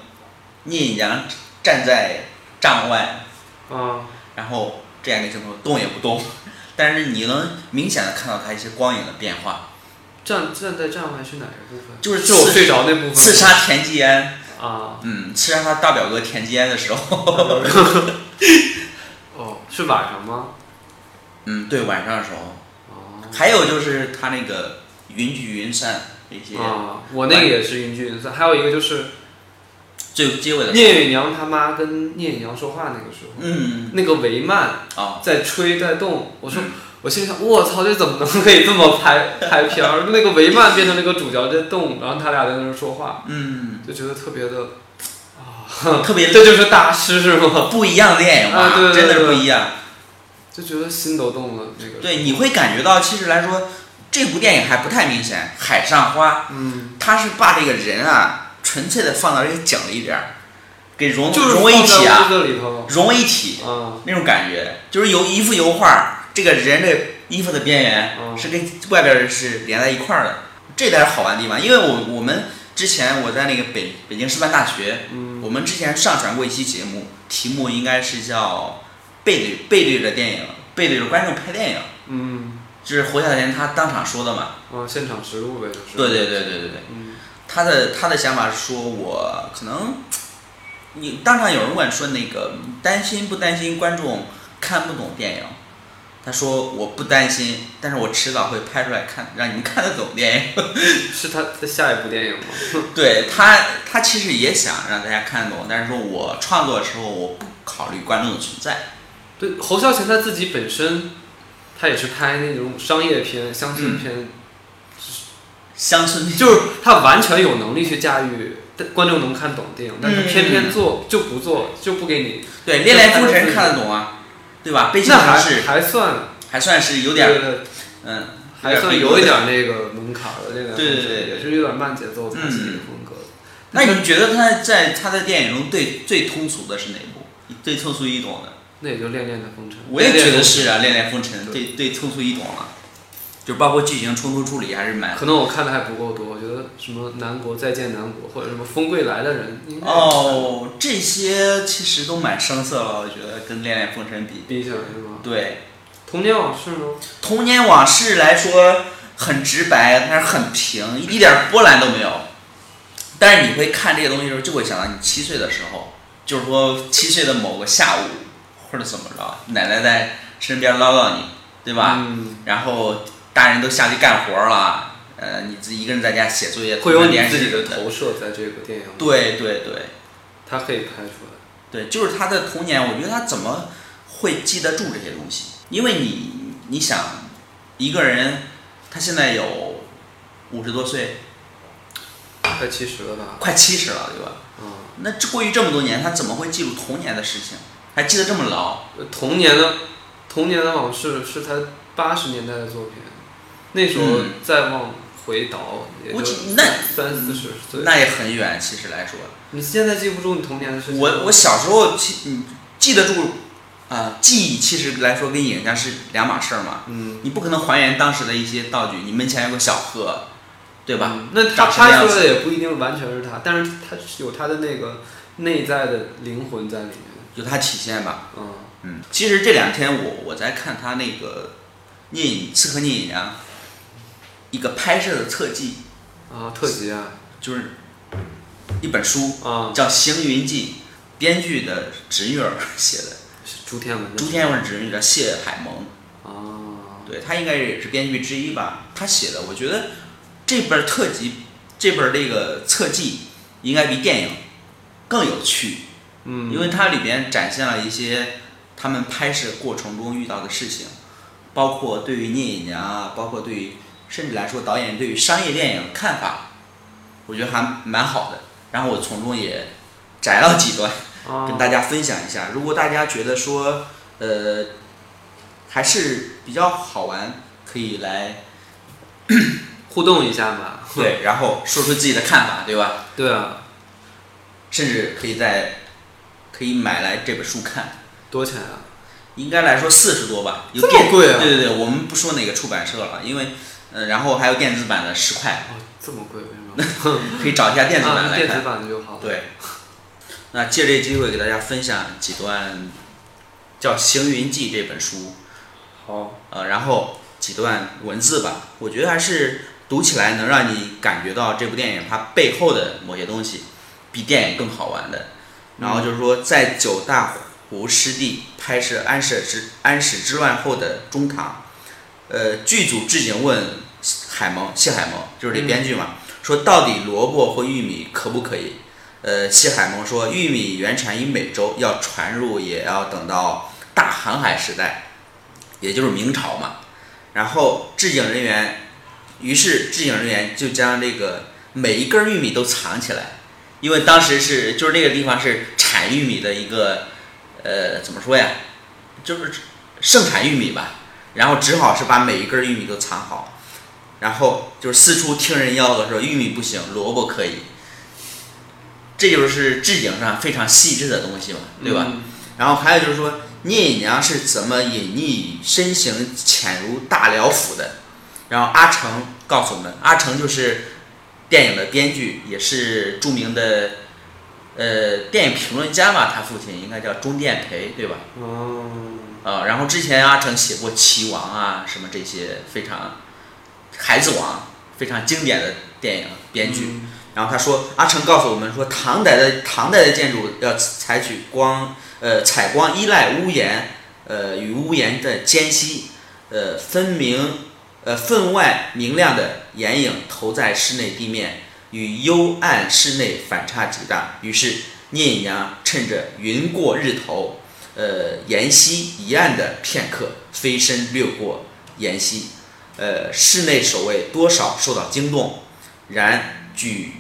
Speaker 3: 聂隐娘站在帐外，
Speaker 4: 啊，
Speaker 3: 然后这样一个镜头动也不动， 但是你能明显的看到它一些光影的变化，
Speaker 4: 站站在站外是哪个部分？
Speaker 3: 就是
Speaker 4: 是我
Speaker 3: 刺
Speaker 4: 睡着那部分。
Speaker 3: 刺杀田季安，
Speaker 4: 啊。
Speaker 3: 嗯，刺杀他大表哥田季安的时候，
Speaker 4: 哦，是晚上吗？
Speaker 3: 嗯，对，晚上的时候，
Speaker 4: 啊
Speaker 3: 还有就是他那个云聚云散这些，
Speaker 4: 啊，我那个也是云聚云散，还有一个就是
Speaker 3: 最结尾的时候，
Speaker 4: 聂远娘他妈跟聂远娘说话那个时候，
Speaker 3: 嗯，
Speaker 4: 那个帷幔
Speaker 3: 啊、
Speaker 4: 在吹在动，我说。我心里想，我操，这怎么能可以这么拍 拍片儿？那个帷幔变成那个主角在动，然后他俩在那儿说话，
Speaker 3: 嗯，
Speaker 4: 就觉得特别的
Speaker 3: 特别
Speaker 4: 这就是大师是吗？
Speaker 3: 不一样的电影吧，
Speaker 4: 嗯啊对对
Speaker 3: 真的是
Speaker 4: 对
Speaker 3: 不一样。
Speaker 4: 就觉得心都动了那个。，
Speaker 3: 对，你会感觉到，其实来说，这部电影还不太明显，《海上花
Speaker 4: 嗯，》
Speaker 3: 它是把这个人啊，纯粹的放到这个景里边儿，给融
Speaker 4: 就是
Speaker 3: 融为一体啊，
Speaker 4: 放在屋子里头
Speaker 3: 融为一体
Speaker 4: 啊，
Speaker 3: 那种感觉，就是由一幅油画，这个人的衣服的边缘
Speaker 4: 嗯
Speaker 3: 是跟外边儿是连在一块儿的，这才是好玩的地方。因为我我们之前我在那个北北京师范大学，
Speaker 4: 嗯
Speaker 3: 我们之前上传过一期节目，题目应该是叫《背对背对着电影，背对着观众拍电影》。
Speaker 4: 嗯
Speaker 3: 就是侯孝贤他当场说的嘛。
Speaker 4: 啊，现场实录呗，就是。
Speaker 3: 对对对对对对，
Speaker 4: 嗯
Speaker 3: 他的他的想法是说我可能，你当场有人问说那个担心不担心观众看不懂电影？他说我不担心，但是我迟早会拍出来看，让你们看得懂电影。
Speaker 4: 是他的下一部电影吗？
Speaker 3: 对他，他其实也想让大家看得懂，但是说我创作的时候我不考虑观众的存在。
Speaker 4: 对，侯孝贤他自己本身，他也是拍那种商业片、乡
Speaker 3: 嗯
Speaker 4: 村片，
Speaker 3: 乡村
Speaker 4: 就是他完全有能力去驾驭观众能看懂的电影，但是偏偏做就不
Speaker 3: 嗯
Speaker 4: 做，就不给你，
Speaker 3: 对《恋恋风尘》看得懂啊，对吧？《悲情
Speaker 4: 那还
Speaker 3: 城市》
Speaker 4: 还算
Speaker 3: 还算是有
Speaker 4: 有
Speaker 3: 点儿，嗯，
Speaker 4: 还算有一点那个门槛儿的那个，
Speaker 3: 对对对嗯
Speaker 4: 也是有点慢节奏他自己的风格。
Speaker 3: 那你觉得他在他的电影中最最通俗的是哪部？最通俗易懂的？
Speaker 4: 那也就《恋恋的风尘》，
Speaker 3: 我也觉得是啊，《恋恋风尘》
Speaker 4: 对
Speaker 3: 最最通俗易懂了。就包括剧情冲突处理还是蛮
Speaker 4: 可能我看的还不够多，我觉得什么南国再见南国，或者什么风归来的人，应该
Speaker 3: 哦，这些其实都蛮生涩了，我觉得跟《恋恋风尘》比，
Speaker 4: 比起来是吗？
Speaker 3: 对
Speaker 4: 童年往事吗？
Speaker 3: 《童年往事》来说很直白，但是很平，一点波澜都没有。但是你会看这些东西的时候，就会想到你七岁的时候，就是说七岁的某个下午或者怎么着，奶奶在身边唠叨你，对吧？
Speaker 4: 嗯，
Speaker 3: 然后大人都下去干活了，呃，你自己一个人在家写作业，
Speaker 4: 会有
Speaker 3: 看
Speaker 4: 你
Speaker 3: 电视
Speaker 4: 自己的
Speaker 3: 什么
Speaker 4: 投射在这个电影里，
Speaker 3: 对对对
Speaker 4: 它可以拍出来。
Speaker 3: 对，就是他的童年，我觉得他怎么会记得住这些东西？因为你你想，一个人他现在有五十多岁，
Speaker 4: 快七十了吧？
Speaker 3: 快七十了，对吧？
Speaker 4: 啊、
Speaker 3: 那这过去这么多年，他怎么会记住童年的事情，还记得这么牢？
Speaker 4: 呃童年的童年的往事是他八十年代的作品，那时候
Speaker 3: 嗯
Speaker 4: 再往回倒，也就
Speaker 3: 估计那
Speaker 4: 三四十岁。
Speaker 3: 那也很远，其实来说，
Speaker 4: 你现在记不住你童年的事情吗，
Speaker 3: 我我小时候记嗯记得住啊、记忆其实来说跟影像是两码事儿嘛。
Speaker 4: 嗯，
Speaker 3: 你不可能还原当时的一些道具，你门前有个小河，对吧？
Speaker 4: 嗯那他
Speaker 3: 长什么
Speaker 4: 拍
Speaker 3: 样
Speaker 4: 出来
Speaker 3: 子
Speaker 4: 的也不一定完全是他，但是他是有他的那个内在的灵魂在里面。
Speaker 3: 有它体现吧。
Speaker 4: 嗯，
Speaker 3: 嗯，其实这两天我我在看他那个聂隐刺客聂隐娘一个拍摄的特技，
Speaker 4: 啊，特辑啊，
Speaker 3: 就是一本书
Speaker 4: 啊，
Speaker 3: 叫《行云记》，编剧的侄女儿写的，
Speaker 4: 是朱天文的。
Speaker 3: 朱天文侄女叫谢海萌，
Speaker 4: 啊，
Speaker 3: 对他应该也是编剧之一吧。他写的，我觉得这本特辑，这本这个侧记应该比电影更有趣，
Speaker 4: 嗯，
Speaker 3: 因为它里边展现了一些他们拍摄过程中遇到的事情，包括对于聂隐娘啊，包括对于甚至来说导演对于商业电影的看法，我觉得还蛮好的。然后我从中也摘了几段。
Speaker 4: 啊
Speaker 3: 跟大家分享一下。如果大家觉得说，呃，还是比较好玩，可以 来
Speaker 4: 互动一下嘛。
Speaker 3: 对，然后说出自己的看法，对吧？
Speaker 4: 对啊，
Speaker 3: 甚至可以在可以买来这本书看，
Speaker 4: 多钱啊？
Speaker 3: 应该来说四十多吧，有
Speaker 4: 这么
Speaker 3: 电
Speaker 4: 贵啊
Speaker 3: 对对对，我们不说哪个出版社了，因为呃，然后还有电子版的十块，
Speaker 4: 哦，这么贵，为什么？
Speaker 3: 可以找一下 电子版
Speaker 4: 啊，
Speaker 3: 来
Speaker 4: 电
Speaker 3: 看。
Speaker 4: 子版的就好。，
Speaker 3: 对，那借这机会给大家分享几段叫《行云记》这本书。
Speaker 4: 好，
Speaker 3: 呃，然后几段文字吧，我觉得还是读起来能让你感觉到这部电影它背后的某些东西，比电影更好玩的。然后就是说，在九大湖湿地拍摄安史之安史之乱后的中唐，呃，剧组置景问海萌谢海萌，就是这编剧嘛，说到底萝卜或玉米可不可以？呃，谢海萌说，玉米原产于美洲，要传入也要等到大航海时代，也就是明朝嘛。然后制景人员，于是制景人员就将这个每一根玉米都藏起来，因为当时是就是那个地方是产玉米的一个，呃，怎么说呀，就是盛产玉米吧。然后只好是把每一根玉米都藏好，然后就是四处听人吆喝说玉米不行，萝卜可以。这就是置景上非常细致的东西嘛，对吧？
Speaker 4: 嗯？
Speaker 3: 然后还有就是说，聂隐娘是怎么隐匿身形潜入大辽府的？然后阿成告诉我们，阿成就是电影的编剧，也是著名的呃电影评论家吧，他父亲应该叫钟殿培，对吧？
Speaker 4: 哦，
Speaker 3: 啊、然后之前阿成写过《棋王》啊，什么这些非常《孩子王》非常经典的电影编剧。
Speaker 4: 嗯
Speaker 3: 然后他说，阿成告诉我们说，唐代的唐代的建筑要采取光呃采光依赖屋檐，呃与屋檐的间隙，呃分明呃分外明亮的眼影投在室内地面，与幽暗室内反差极大。于是聂隐娘趁着云过日头，呃沿溪一岸的片刻，飞身掠过沿溪，呃室内守卫多少受到惊动，然举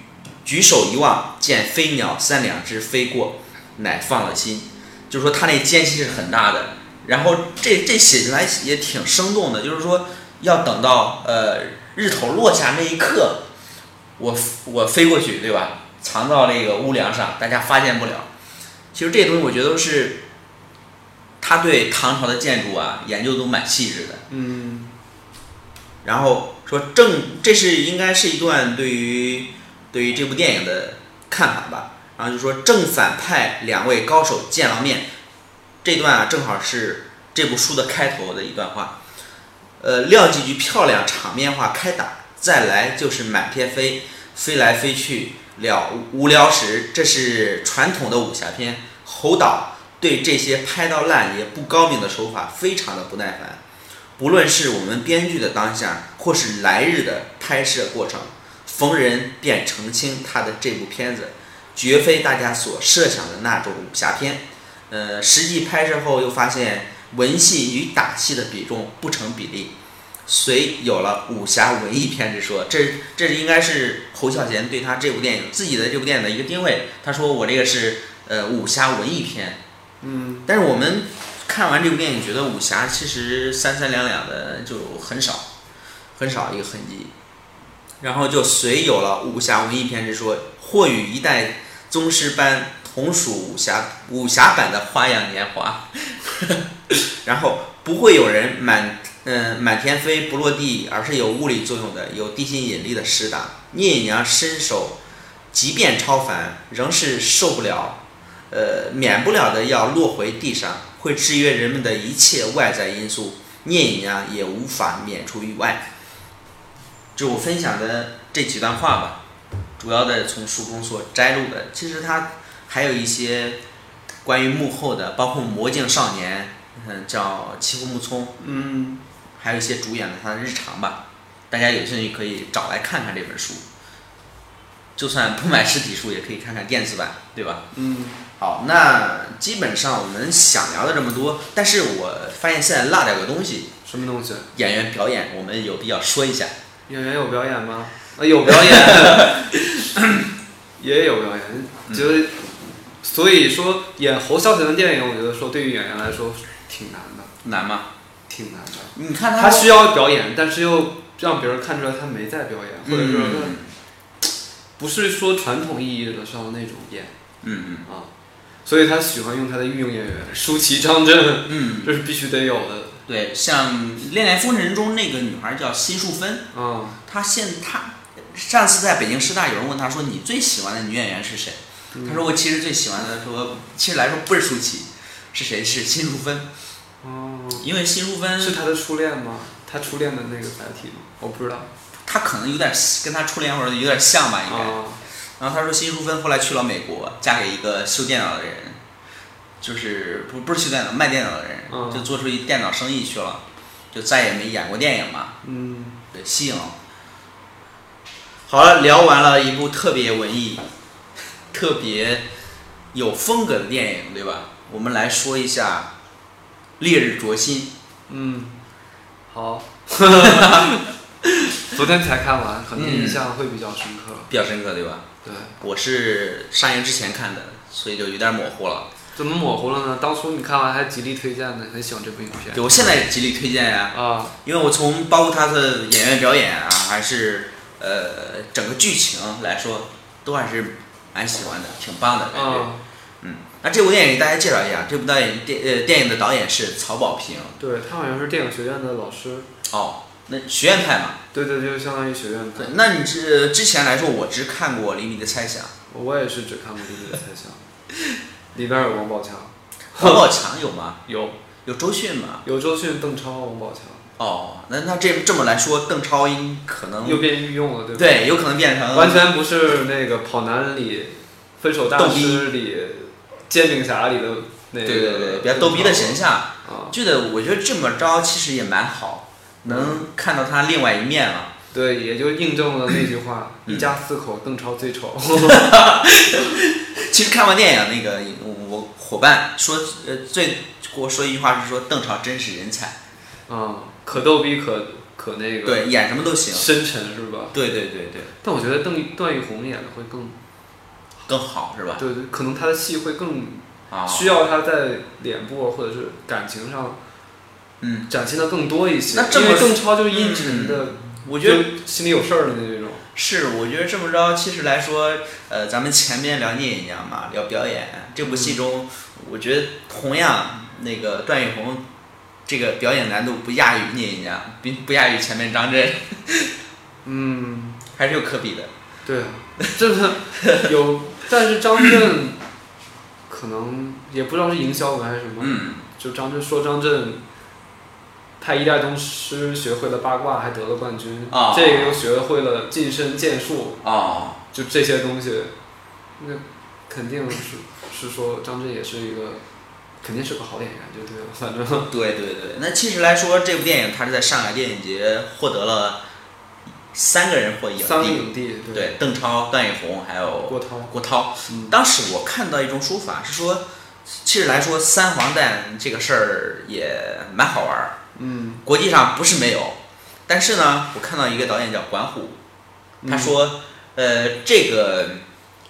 Speaker 3: 举手一望，见飞鸟三两只飞过，乃放了心。就是说他那间隙是很大的，然后这这写起来也挺生动的，就是说要等到呃日头落下那一刻，我我飞过去，对吧？藏到那个屋梁上，大家发现不了。其实这东西我觉得是，他对唐朝的建筑啊研究都蛮细致的。
Speaker 4: 嗯，
Speaker 3: 然后说正这是应该是一段对于对于这部电影的看法吧。然后就说正反派两位高手见了面，这段啊正好是这部书的开头的一段话。呃，撂几句漂亮场面话开打，再来就是满天飞，飞来飞去了无聊时，这是传统的武侠片。侯导对这些拍到烂也不高明的手法非常的不耐烦。不论是我们编剧的当下，或是来日的拍摄过程，逢人便澄清他的这部片子绝非大家所设想的那种武侠片。呃，实际拍摄后又发现文戏与打戏的比重不成比例，遂有了武侠文艺片之说。这这应该是侯孝贤对他这部电影自己的这部电影的一个定位。他说我这个是呃武侠文艺片，
Speaker 4: 嗯，
Speaker 3: 但是我们看完这部电影，觉得武侠其实三三两两的就很少，很少一个痕迹，然后就遂有了武侠文艺片之说，或与一代宗师般同属武侠武侠版的《花样年华》，然后不会有人满嗯、满天飞不落地，而是有物理作用的，有地心引力的实打。聂隐娘身手即便超凡，仍是受不了呃，免不了的要落回地上，会制约人们的一切外在因素，聂隐娘也无法免除于外。就我分享的这几段话吧，主要的从书中所摘录的，其实它还有一些关于幕后的，包括《魔镜少年》，嗯，叫七户木聪，
Speaker 4: 嗯，
Speaker 3: 还有一些主演的他的日常吧。大家有兴趣可以找来看看这本书，就算不买实体书，也可以看看电子版，对吧？
Speaker 4: 嗯，
Speaker 3: 好，那基本上我们想聊的这么多，但是我发现现在落掉个东西，
Speaker 4: 什么东西？
Speaker 3: 演员表演，我们有必要说一下。
Speaker 4: 演员有表演吗？啊，有表演， 也有表演。觉得，所以说演侯孝贤的电影，我觉得说对于演员来说挺难的，
Speaker 3: 难吗？
Speaker 4: 挺难的。
Speaker 3: 你看
Speaker 4: 他需要表演，但是又让别人看出来他没在表演，或者说他
Speaker 3: 嗯
Speaker 4: 不是说传统意义的上那种演
Speaker 3: 嗯
Speaker 4: 啊，所以他喜欢用他的御用演员舒淇、张震，
Speaker 3: 嗯，
Speaker 4: 这是必须得有的
Speaker 3: 对，像《恋爱风尘》中那个女孩叫辛淑芬，
Speaker 4: 啊。
Speaker 3: 她现她上次在北京师大有人问她说你最喜欢的女演员是谁？她
Speaker 4: 嗯
Speaker 3: 说我其实最喜欢的说，其实来说不是舒淇，是谁？是辛淑芬，
Speaker 4: 哦，
Speaker 3: 因为辛淑芬
Speaker 4: 是他的初恋吗？他初恋的那个载体吗？我不知道。
Speaker 3: 她可能有点跟她初恋或者有点像吧，应该。
Speaker 4: 啊，
Speaker 3: 然后他说，辛淑芬后来去了美国，嫁给一个修电脑的人，就是不不是修电脑卖电脑的人，
Speaker 4: 嗯
Speaker 3: 就做出一电脑生意去了，就再也没演过电影嘛，
Speaker 4: 嗯。
Speaker 3: 对，吸引了。好了，聊完了一部特别文艺、特别有风格的电影，对吧？我们来说一下《烈日灼心
Speaker 4: 嗯，好。 昨天才看完，可能
Speaker 3: 嗯
Speaker 4: 印象会比较深刻。》，
Speaker 3: 比较深刻，对吧？
Speaker 4: 对，
Speaker 3: 我是上映之前看的，所以就有点模糊了。
Speaker 4: 怎么模糊了呢？当初你看完还极力推荐呢，很喜欢这部影片
Speaker 3: 对，我现在也极力推荐呀、
Speaker 4: 啊。
Speaker 3: 因为我从包括他的演员表演啊，还是呃整个剧情来说，都还是蛮喜欢的，挺棒的感觉。
Speaker 4: 啊，
Speaker 3: 嗯，那这部电影给大家介绍一下，这部导演电呃电影的导演是曹保平
Speaker 4: 对他好像是电影学院的老师，
Speaker 3: 哦，那学院派嘛。
Speaker 4: 对对，就是相当于学院派
Speaker 3: 对。，那你之之前来说，我只看过《厘米的猜 想》，
Speaker 4: 我也是只看过《这个的猜想》，里边有王宝强，
Speaker 3: 王宝强有吗？
Speaker 4: 有
Speaker 3: 有周迅吗？
Speaker 4: 有周迅、邓超、王宝强，
Speaker 3: 哦，那那这这么来说，邓超应可能
Speaker 4: 又变御用了，对不对？
Speaker 3: 对，有可能变成
Speaker 4: 完全不是那个《跑男》里、《分手大
Speaker 3: 逗逼
Speaker 4: 师》里、《煎饼侠》里的那个
Speaker 3: 对对对，比较逗逼的形象。
Speaker 4: 啊，
Speaker 3: 觉得我觉得这么着其实也蛮好，能看到他另外一面啊了。
Speaker 4: 对，也就印证了那句话：
Speaker 3: 嗯
Speaker 4: 一家四口，邓超 最丑。
Speaker 3: 其实看完电影那个，我伙伴说，呃，最给我说一句话是说邓超真是人才，
Speaker 4: 啊，可逗逼，可可那个，，
Speaker 3: 对，演什么都行。
Speaker 4: 深沉是吧？
Speaker 3: 对对对对，
Speaker 4: 但我觉得邓段奕宏演的会更，
Speaker 3: 更好是吧？
Speaker 4: 对对，可能他的戏会更
Speaker 3: 啊，
Speaker 4: 需要他在脸部或者是感情上
Speaker 3: 嗯，
Speaker 4: 展现的更多一些。
Speaker 3: 那这么嗯
Speaker 4: 因为邓超就是阴沉的，
Speaker 3: 我觉得
Speaker 4: 就心里有事儿的那种。
Speaker 3: 是，我觉得这么着，其实来说，呃，咱们前面聊聂隐娘
Speaker 4: 嗯
Speaker 3: 嘛，聊表演这部戏中，我觉得同样那个段奕宏这个表演难度不亚于聂隐娘，不不亚于前面张震，
Speaker 4: 嗯，
Speaker 3: 还是有可比的。
Speaker 4: 对啊，真的 有，但是张震可能也不知道是营销文还是什么，
Speaker 3: 嗯，
Speaker 4: 就张震说张震拍一代宗师学会了八卦，还得了冠军，
Speaker 3: 啊
Speaker 4: 这个又学会了近身剑术，
Speaker 3: 哦，
Speaker 4: 就这些东西，那肯定是是说张震也是一个，肯定是个好演员，就对了，反正
Speaker 3: 对对对，那其实来说，这部电影它是在上海电影节获得了三个人获 影
Speaker 4: 三个
Speaker 3: 帝，
Speaker 4: 影帝，对，
Speaker 3: 对，邓超、段奕宏还有
Speaker 4: 郭涛，
Speaker 3: 郭涛。
Speaker 4: 嗯
Speaker 3: 当时我看到一种说法是说，其实来说三黄蛋这个事儿也蛮好玩儿，
Speaker 4: 嗯，
Speaker 3: 国际上不是没有，但是呢，我看到一个导演叫管虎，
Speaker 4: 嗯
Speaker 3: 他说，呃，这个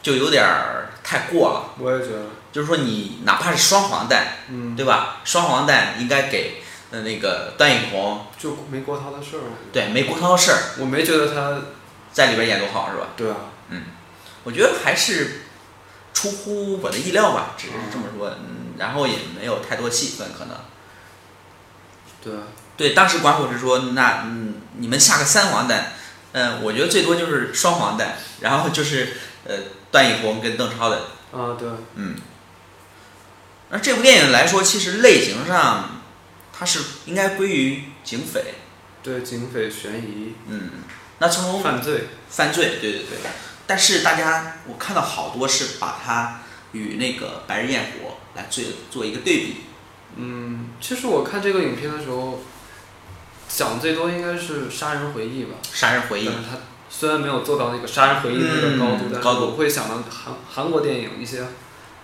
Speaker 3: 就有点儿太过了，
Speaker 4: 我也觉得，
Speaker 3: 就是说你哪怕是双黄蛋，
Speaker 4: 嗯，
Speaker 3: 对吧？双黄蛋应该给呃那个段奕宏，
Speaker 4: 就没郭涛的事儿，我觉得
Speaker 3: 对，没郭涛的事儿
Speaker 4: 我没觉得他，
Speaker 3: 在里边演多好是吧？
Speaker 4: 对啊，
Speaker 3: 我觉得还是出乎我的意料吧，只是这么说，嗯，然后也没有太多戏份可能。
Speaker 4: 对啊，
Speaker 3: 对，当时管虎是说，那嗯，你们下个三黄蛋，嗯、我觉得最多就是双黄蛋，然后就是呃，段奕宏跟邓超的，
Speaker 4: 啊对，
Speaker 3: 嗯。那这部电影来说，其实类型上它是应该归于警匪，
Speaker 4: 对，警匪悬疑
Speaker 3: 嗯。那从
Speaker 4: 犯罪，
Speaker 3: 犯罪，对对对。但是大家我看到好多是把它与那个《白日焰火》来做做一个对比，
Speaker 4: 嗯，其实我看这个影片的时候，想最多应该是《杀人回忆》吧，
Speaker 3: 《杀人回忆
Speaker 4: 但》是他虽然没有做到那个《杀人回忆》那个高度，
Speaker 3: 嗯
Speaker 4: 但是
Speaker 3: 高度
Speaker 4: 我会想到韩韩国电影一些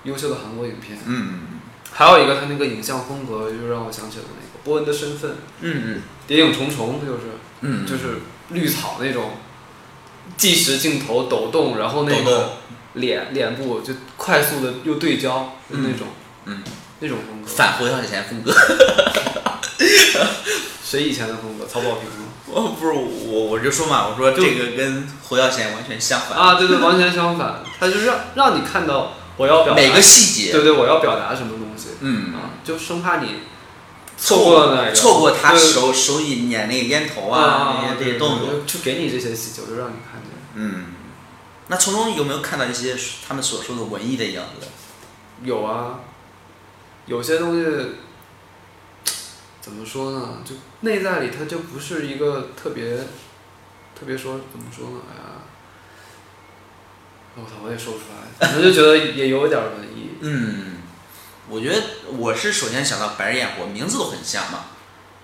Speaker 4: 优秀的韩国影片，
Speaker 3: 嗯，
Speaker 4: 还有一个他那个影像风格，就让我想起了那个波恩的身份，
Speaker 3: 嗯嗯
Speaker 4: 谍影重重，就是
Speaker 3: 嗯嗯，
Speaker 4: 就是绿草那种计时镜头抖动，然后那
Speaker 3: 抖动
Speaker 4: 个脸脸部就快速的又对焦，就那种
Speaker 3: 嗯嗯
Speaker 4: 那种风格，
Speaker 3: 反侯孝贤风格。
Speaker 4: 谁以前的风格？曹保平吗？
Speaker 3: 我哦不是我，我就说嘛，我说这
Speaker 4: 就
Speaker 3: 个跟侯耀贤完全相反，
Speaker 4: 啊，对对，完全相反，他就是让让你看到我要表达
Speaker 3: 每个细节，
Speaker 4: 对对，我要表达什么东西。
Speaker 3: 嗯，
Speaker 4: 啊，就生怕你
Speaker 3: 错
Speaker 4: 过了那个，
Speaker 3: 错过他
Speaker 4: 对
Speaker 3: 手手里捻那个烟头啊，那些这些动作，，
Speaker 4: 就给你这些细节，我就让你看见。
Speaker 3: 嗯，那从中有没有看到一些他们所说的文艺的影子？
Speaker 4: 有啊，有些东西怎么说呢？就内在里它就不是一个特别特别说怎么说呢？哎呀，我操，我也说不出来，反正就觉得也有点文艺。
Speaker 3: 嗯，我觉得我是首先想到《白日焰火》，名字都很像嘛，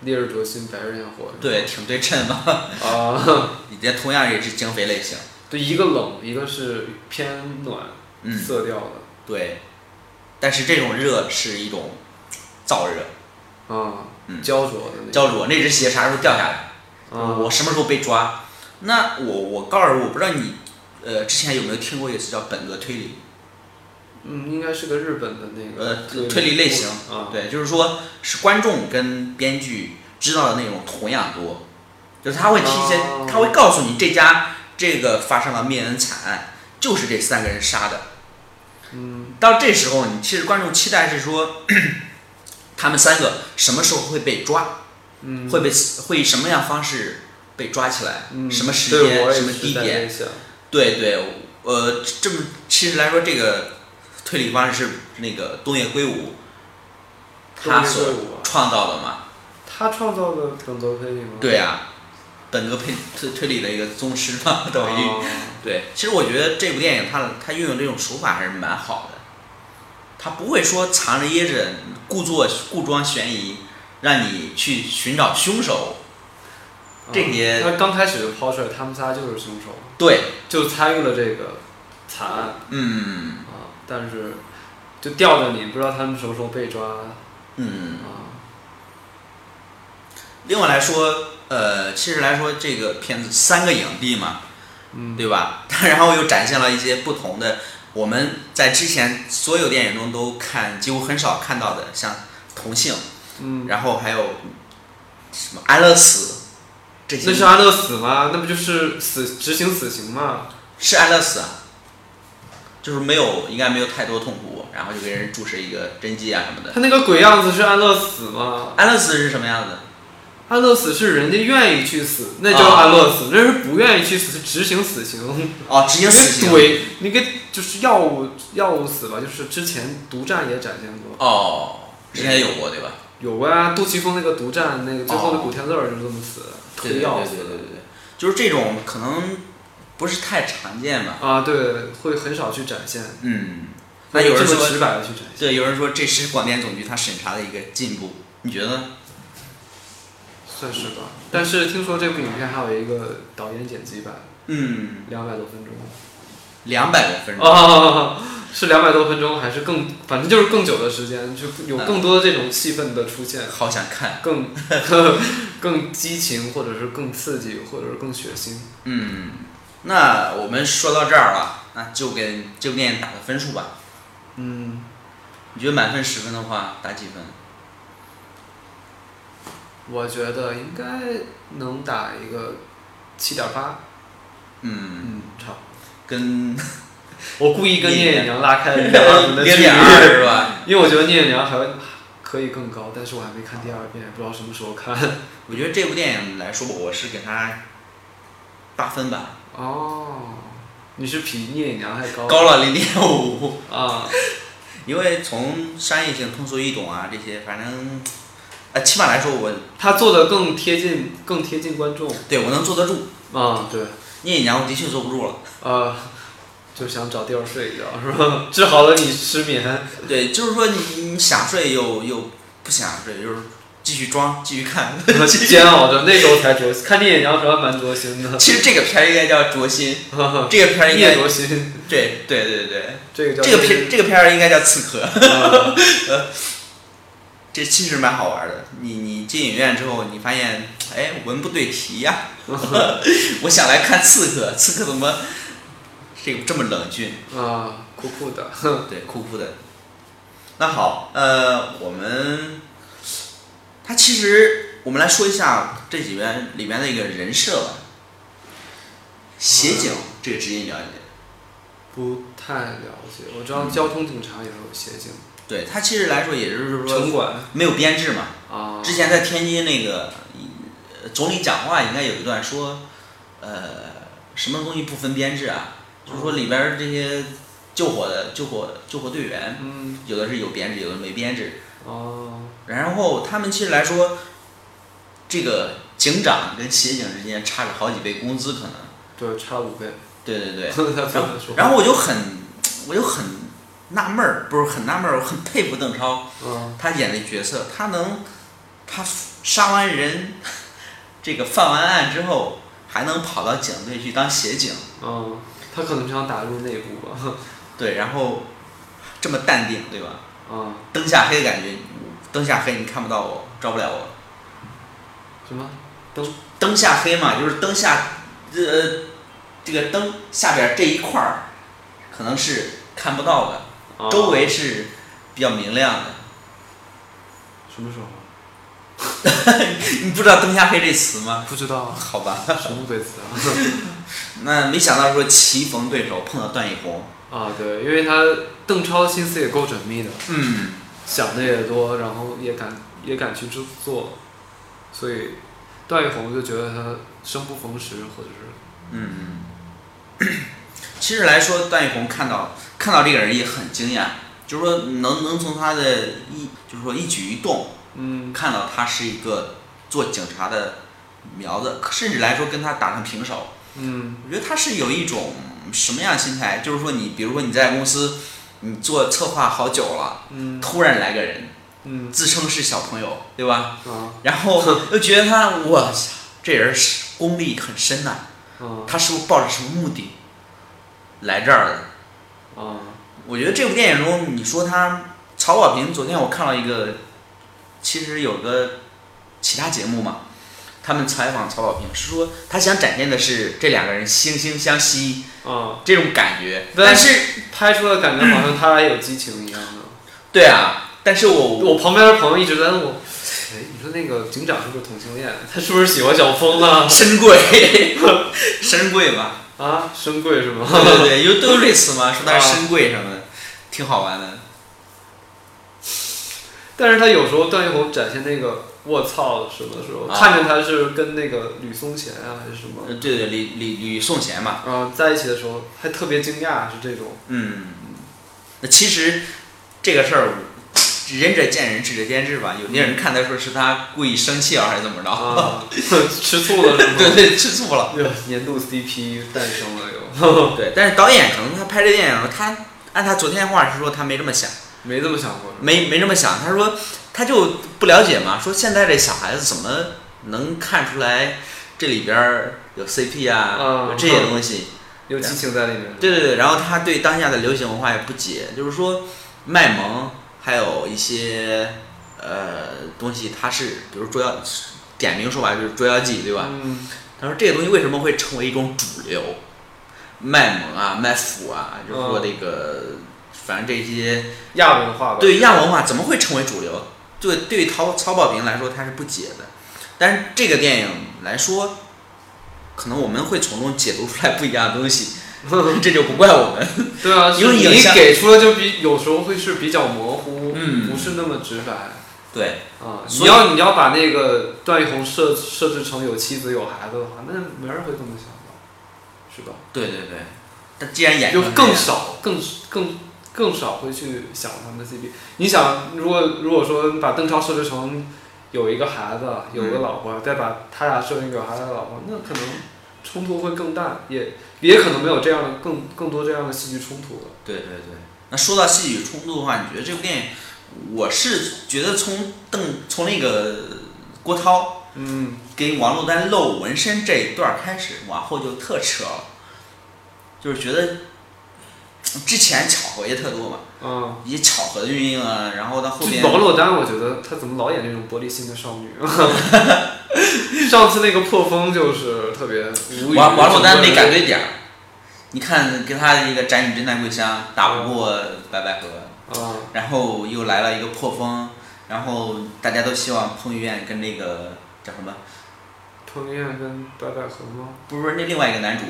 Speaker 4: 烈日灼心，白日焰火。
Speaker 3: 对，挺对称嘛，
Speaker 4: 啊，
Speaker 3: 也同样也是警匪类型，
Speaker 4: 对，一个冷，一个是偏暖
Speaker 3: 嗯，
Speaker 4: 色调的。
Speaker 3: 对，但是这种热是一种燥热，
Speaker 4: 啊
Speaker 3: 嗯，
Speaker 4: 焦灼的那种。
Speaker 3: 叫我那只鞋啥时候掉下来？
Speaker 4: 啊，
Speaker 3: 我什么时候被抓？那我我告诉你，我不知道你，呃，之前有没有听过一个词叫本格推理？
Speaker 4: 嗯，应该是个日本的那个
Speaker 3: 呃，推理类型
Speaker 4: 啊，
Speaker 3: 对，就是说是观众跟编剧知道的内容同样多，就是他会提前，
Speaker 4: 哦
Speaker 3: 他会告诉你这家这个发生了灭门惨案，就是这三个人杀的。
Speaker 4: 嗯，
Speaker 3: 到这时候，你其实观众期待是说， 他们三个什么时候会被抓？
Speaker 4: 嗯
Speaker 3: 会被会以什么样方式被抓起来？
Speaker 4: 嗯
Speaker 3: 什么时
Speaker 4: 对
Speaker 3: 间？
Speaker 4: 我也
Speaker 3: 什么
Speaker 4: 是
Speaker 3: 地
Speaker 4: 在
Speaker 3: 点
Speaker 4: 那？想
Speaker 3: 对对，呃，这么其实来说，这个推理方式是那个东野圭吾他
Speaker 4: 东野圭
Speaker 3: 所
Speaker 4: 吾啊
Speaker 3: 创造的嘛？
Speaker 4: 他创造的本格推理吗？
Speaker 3: 对啊，本格推推推理的一个宗师嘛，
Speaker 4: 啊，
Speaker 3: 等于、对。其实我觉得这部电影它它运用这种手法还是蛮好的，它不会说藏着掖着，故作故装悬疑，让你去寻找凶手。这
Speaker 4: 也
Speaker 3: 些
Speaker 4: 他刚开始就抛出来，他们仨就是凶手，
Speaker 3: 对，
Speaker 4: 就参与了这个惨案
Speaker 3: 嗯
Speaker 4: 啊，但是就吊着你，不知道他们什么时候被抓啊。
Speaker 3: 嗯。另外来说，呃，其实来说这个片子三个影帝嘛，
Speaker 4: 嗯
Speaker 3: 对吧？ 然后又展现了一些不同的，我们在之前所有电影中都看几乎很少看到的，像同性，
Speaker 4: 嗯，
Speaker 3: 然后还有什么安乐死，这些
Speaker 4: 那是安啊乐死吗？那不就是死执行死刑吗？
Speaker 3: 是安乐死啊，就是没有应该没有太多痛苦，然后就给人注射一个针剂啊什么的。
Speaker 4: 他那个鬼样子是安乐死吗？
Speaker 3: 安乐死是什么样子？
Speaker 4: 安乐死是人家愿意去死，那叫
Speaker 3: 啊
Speaker 4: 安乐死；那、是不愿意去死，是执行死刑。
Speaker 3: 哦，执行死
Speaker 4: 你
Speaker 3: 刑。
Speaker 4: 给怼，你给就是药物药物死吧，就是之前毒战也展现过，
Speaker 3: 哦，之前有过对吧？
Speaker 4: 有啊，杜琪峰那个毒战，那个最后的古天乐就是这么死的，
Speaker 3: 哦对对
Speaker 4: 推
Speaker 3: 对
Speaker 4: 药
Speaker 3: 对
Speaker 4: 死
Speaker 3: 对对
Speaker 4: 的。
Speaker 3: 对，就是这种可能不是太常见吧。
Speaker 4: 啊，对，会很少去展现。
Speaker 3: 嗯，那有人
Speaker 4: 这么
Speaker 3: 说
Speaker 4: 直白的去展现，
Speaker 3: 对，有人说这是广电总局他审查的一个进步，你觉得呢？
Speaker 4: 算是吧。但是听说这部影片还有一个导演剪辑版，
Speaker 3: 嗯，
Speaker 4: 两百多分钟。
Speaker 3: 两百多分钟。
Speaker 4: 啊，是两百多分钟，还是更，反正就是更久的时间，就有更多的这种气氛的出现，
Speaker 3: 好想看，
Speaker 4: 更 更激情，或者是更刺激，或者是更血腥。
Speaker 3: 嗯，那我们说到这儿了，那就给这部电影打个分数吧。
Speaker 4: 嗯，
Speaker 3: 你觉得满分十分的话，打几分？
Speaker 4: 我觉得应该能打一个七点八，
Speaker 3: 嗯，
Speaker 4: 嗯，差不多。
Speaker 3: 跟
Speaker 4: 我故意跟聂
Speaker 3: 聂
Speaker 4: 隐
Speaker 3: 隐
Speaker 4: 娘拉开了 两 的距
Speaker 3: 零点二
Speaker 4: 离，
Speaker 3: 是吧？
Speaker 4: 因为我觉得聂隐娘还会可以更高，但是我还没看第二遍，也不知道什么时候看。
Speaker 3: 我觉得这部电影来说，我是给他八分吧，
Speaker 4: 哦，你是比聂隐娘还高
Speaker 3: 高了零点五。
Speaker 4: 啊？
Speaker 3: 因为从商业性、通俗易懂啊这些，反正，呃，起码来说我
Speaker 4: 他做的更贴近，更贴近观众
Speaker 3: 对我能坐得住。
Speaker 4: 啊，对，
Speaker 3: 聂隐娘我的确坐不住了。
Speaker 4: 呃，就想找地儿睡一觉，是吧？ 治好了你失眠，
Speaker 3: 对，就是说你你想睡又又不想睡，就是继续装， 继续看。
Speaker 4: 煎熬着，那时候才灼，看电影然后还蛮灼心的，
Speaker 3: 其实这个片儿应该叫灼心，这个片儿应
Speaker 4: 夜
Speaker 3: 该
Speaker 4: 灼心，
Speaker 3: 对对对对，
Speaker 4: 这个叫
Speaker 3: 这个片这个片儿应该叫刺客。 呃
Speaker 4: 啊
Speaker 3: 这其实蛮好玩的。你你进影院之后，你发现哎文不对题 呀、我想来看刺客，刺客怎么这个这么冷峻？
Speaker 4: 啊，酷酷的，
Speaker 3: 对，酷酷的。那好，呃，我们他其实我们来说一下这几边里面的一个人设吧。协警
Speaker 4: 嗯
Speaker 3: 这个职业你了解？
Speaker 4: 不太了解，我知道交通警察也有协警，
Speaker 3: 对他其实来说，也就是
Speaker 4: 城
Speaker 3: 说
Speaker 4: 管
Speaker 3: 没有编制嘛。
Speaker 4: 啊，
Speaker 3: 嗯之前在天津那个呃总理讲话，应该有一段说，呃，什么东西不分编制啊？就是说里边儿这些救火的救火救火队员，
Speaker 4: 嗯，
Speaker 3: 有的是有编制，有的没编制。
Speaker 4: 哦，
Speaker 3: 然后他们其实来说，这个警长跟协警之间差着好几倍工资，可能。
Speaker 4: 对，差五倍，
Speaker 3: 对对对。
Speaker 4: 他怎么说？
Speaker 3: 然后我就很，我就很纳闷儿，不是很纳闷儿，我很佩服邓超。
Speaker 4: 嗯，
Speaker 3: 他演的角色，他能，他杀完人， 这个犯完案之后，还能跑到警队去当协警，
Speaker 4: 嗯，他可能想打入内部吧，
Speaker 3: 对，然后这么淡定，对吧？
Speaker 4: 啊，
Speaker 3: 灯下黑的感觉，灯下黑你看不到我，照不了我。
Speaker 4: 什么？
Speaker 3: 灯下黑嘛，就是灯下，呃，这个灯下边这一块儿，可能是看不到的，
Speaker 4: 啊
Speaker 3: 周围是比较明亮的。
Speaker 4: 什么时候？啊
Speaker 3: 你不知道灯下黑这词吗？
Speaker 4: 不知道，啊
Speaker 3: 好吧，
Speaker 4: 什么鬼词啊？
Speaker 3: 那没想到说棋逢对手碰到段奕宏，
Speaker 4: 啊，对，因为他邓超心思也够缜密的，
Speaker 3: 嗯。
Speaker 4: 想的也多，然后也敢也敢去制作，所以段奕宏就觉得他生不逢时，或者是
Speaker 3: 嗯，其实来说，段奕宏看到看到这个人也很惊讶，就是说能能从他的一就是说一举一动
Speaker 4: 嗯
Speaker 3: 看到他是一个做警察的苗子，甚至来说跟他打成平手，
Speaker 4: 嗯
Speaker 3: 我觉得他是有一种什么样的心态？就是说你比如说你在公司你做策划好久了，
Speaker 4: 嗯
Speaker 3: 突然来个人
Speaker 4: 嗯
Speaker 3: 自称是小朋友，对吧？
Speaker 4: 啊
Speaker 3: 然 后又觉得他我操，这人是功力很深呐、
Speaker 4: 啊
Speaker 3: 他是不是抱着什么目的来这儿的？
Speaker 4: 啊
Speaker 3: 我觉得这部电影中，你说他曹保平，昨天我看到一个，其实有个其他节目嘛，他们采访曹保平是说他想展现的是这两个人惺惺相惜
Speaker 4: 啊！
Speaker 3: 这种感觉，
Speaker 4: 对
Speaker 3: 但是
Speaker 4: 拍出的感觉好像他俩有激情一样的。
Speaker 3: 对啊，但是我
Speaker 4: 我旁边的朋友一直在问我，哎，你说那个警长是不是同性恋？他是不是喜欢小峰啊？
Speaker 3: 深贵，深贵吧，
Speaker 4: 啊，深贵是吗？
Speaker 3: 对对对，有都有类似嘛，说他是深贵什么的，挺好玩的。
Speaker 4: 但是他有时候段奕宏展现那个卧槽什么的时候，
Speaker 3: 啊
Speaker 4: 看着他是跟那个吕颂贤啊还是什么
Speaker 3: 呃对对，李李李颂贤嘛，
Speaker 4: 啊在一起的时候，还特别惊讶是这种。
Speaker 3: 嗯，那其实这个事儿，仁者见仁，智者见智吧。有些人看他说是他故意生气了还是怎么着，
Speaker 4: 啊， 吃醋了 是
Speaker 3: 对
Speaker 4: 吗？
Speaker 3: 对，吃醋了。
Speaker 4: 哟年度 CP 诞生了 又，
Speaker 3: 对，但是导演可能他拍这电影的时候，他按他昨天话是说他没这么想，
Speaker 4: 没这么想过是吧
Speaker 3: 没没这么想。他说他就不了解嘛，说现在这小孩子怎么能看出来这里边儿有 CP 啊，
Speaker 4: 啊
Speaker 3: 有这些东西。
Speaker 4: 有激情在里面。
Speaker 3: 对对对，然后他对当下的流行文化也不解，就是说卖萌，还有一些呃东西，他是比如捉妖，点名说白了就是捉妖记，对吧？
Speaker 4: 嗯，
Speaker 3: 他说这个东西为什么会成为一种主流？卖萌啊，卖腐啊，就是说
Speaker 4: 嗯
Speaker 3: 这个，反正这些
Speaker 4: 亚文化吧。
Speaker 3: 对亚文化怎么会成为主流？对，对于曹曹保平来说他是不解的，但是这个电影来说，可能我们会从中解读出来不一样的东西， 这就不怪我们。
Speaker 4: 对啊，
Speaker 3: 因为
Speaker 4: 就是
Speaker 3: 影
Speaker 4: 你
Speaker 3: 像
Speaker 4: 给出了就比有时候会是比较模糊，
Speaker 3: 嗯
Speaker 4: 不是那么直白。
Speaker 3: 对，
Speaker 4: 啊，你
Speaker 3: 所以
Speaker 4: 要你要把那个段奕宏设设置成有妻子有孩子的话，那没人会这么想吧，是吧？
Speaker 3: 对对对，但既然演
Speaker 4: 就
Speaker 3: 成这
Speaker 4: 更
Speaker 3: 样
Speaker 4: 少，更更更少会去想他们的 CP。你想，如果如果说把邓超设置成有一个孩子，有
Speaker 3: 嗯
Speaker 4: 个老婆，再把他俩设成有孩子的老婆，那可能冲突会更大，也也可能没有这样的更更多这样的戏剧冲突了。
Speaker 3: 对对对。那说到戏剧冲突的话，你觉得这部电影，我是觉得从邓从那个郭涛
Speaker 4: 嗯，
Speaker 3: 给王珞丹露纹身这一段开始，往后就特扯了，就是觉得嗯之前巧合也特多嘛，
Speaker 4: 啊、
Speaker 3: 也巧合的运用啊，然后到后面
Speaker 4: 就王珞丹，我觉得她怎么老演这种玻璃心的少女？啊 上次那个破风就是特别无语。
Speaker 3: 王王珞丹没
Speaker 4: 感
Speaker 3: 赶对点儿。你看，跟他一个宅女侦探桂香打不过白百合，
Speaker 4: 啊，
Speaker 3: 然后又来了一个破风，然后大家都希望彭于晏跟那个叫什么？
Speaker 4: 彭于晏跟白百合吗？
Speaker 3: 不是那另外一个男主，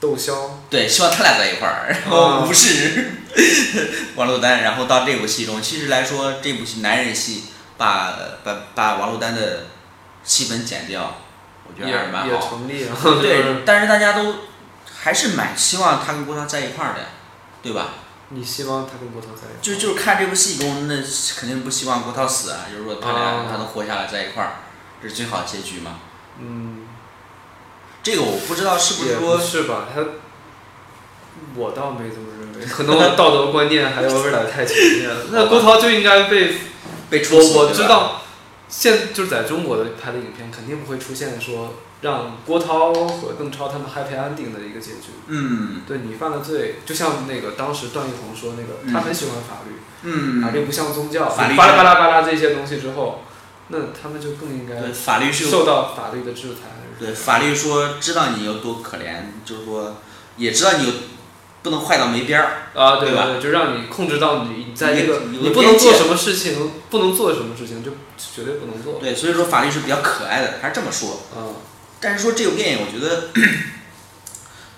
Speaker 4: 窦骁
Speaker 3: 对，希望他俩在一块 儿，然后无视、 王珞丹，然后到这部戏中，其实来说这部戏男人戏把把把王珞丹的戏份减掉，我觉
Speaker 4: 也
Speaker 3: 得还是蛮
Speaker 4: 也
Speaker 3: 好。
Speaker 4: 成立啊。
Speaker 3: 对，，但是大家都还是蛮希望他跟郭涛在一块儿的，对吧？
Speaker 4: 你希望他跟郭涛在一块？
Speaker 3: 就就是看这部戏中，那肯定不希望郭涛死啊，就是说他俩、
Speaker 4: 啊
Speaker 3: 他能活下来在一块儿，这是最好的结局嘛。
Speaker 4: 嗯，
Speaker 3: 这个我不知道是不
Speaker 4: 也
Speaker 3: 是
Speaker 4: 不
Speaker 3: 说
Speaker 4: 是吧？他，我倒没这么认为，可能我道德观念还有点儿太前面了。 那郭涛就应该 被
Speaker 3: 被冲
Speaker 4: 我
Speaker 3: 死，
Speaker 4: 我
Speaker 3: 对吧
Speaker 4: 知，道，现就是在中国的拍的影片肯定不会出现说让郭涛和邓超他们 happy ending 的一个结局。
Speaker 3: 嗯
Speaker 4: 对你犯了罪，就像那个当时段奕宏说那个，
Speaker 3: 嗯
Speaker 4: 他很喜欢法律，
Speaker 3: 嗯，
Speaker 4: 法律不像宗教，
Speaker 3: 法律
Speaker 4: 巴拉巴拉巴拉这些东西之后，那他们就更应
Speaker 3: 对
Speaker 4: 该
Speaker 3: 法律是有
Speaker 4: 受到法律的制裁。
Speaker 3: 对法律说知道你有多可怜，就是说也知道你有不能坏到没边儿，
Speaker 4: 啊，对
Speaker 3: 对吧
Speaker 4: 对，就让你控制到你你在
Speaker 3: 有
Speaker 4: 这
Speaker 3: 个
Speaker 4: 个，
Speaker 3: 有个
Speaker 4: 你不能
Speaker 3: 边界
Speaker 4: 做什么事情，不能做什么事情就绝对不能做。
Speaker 3: 对，所以说法律是比较可爱的，还是这么说。
Speaker 4: 啊，
Speaker 3: 但是说这部电影，我觉得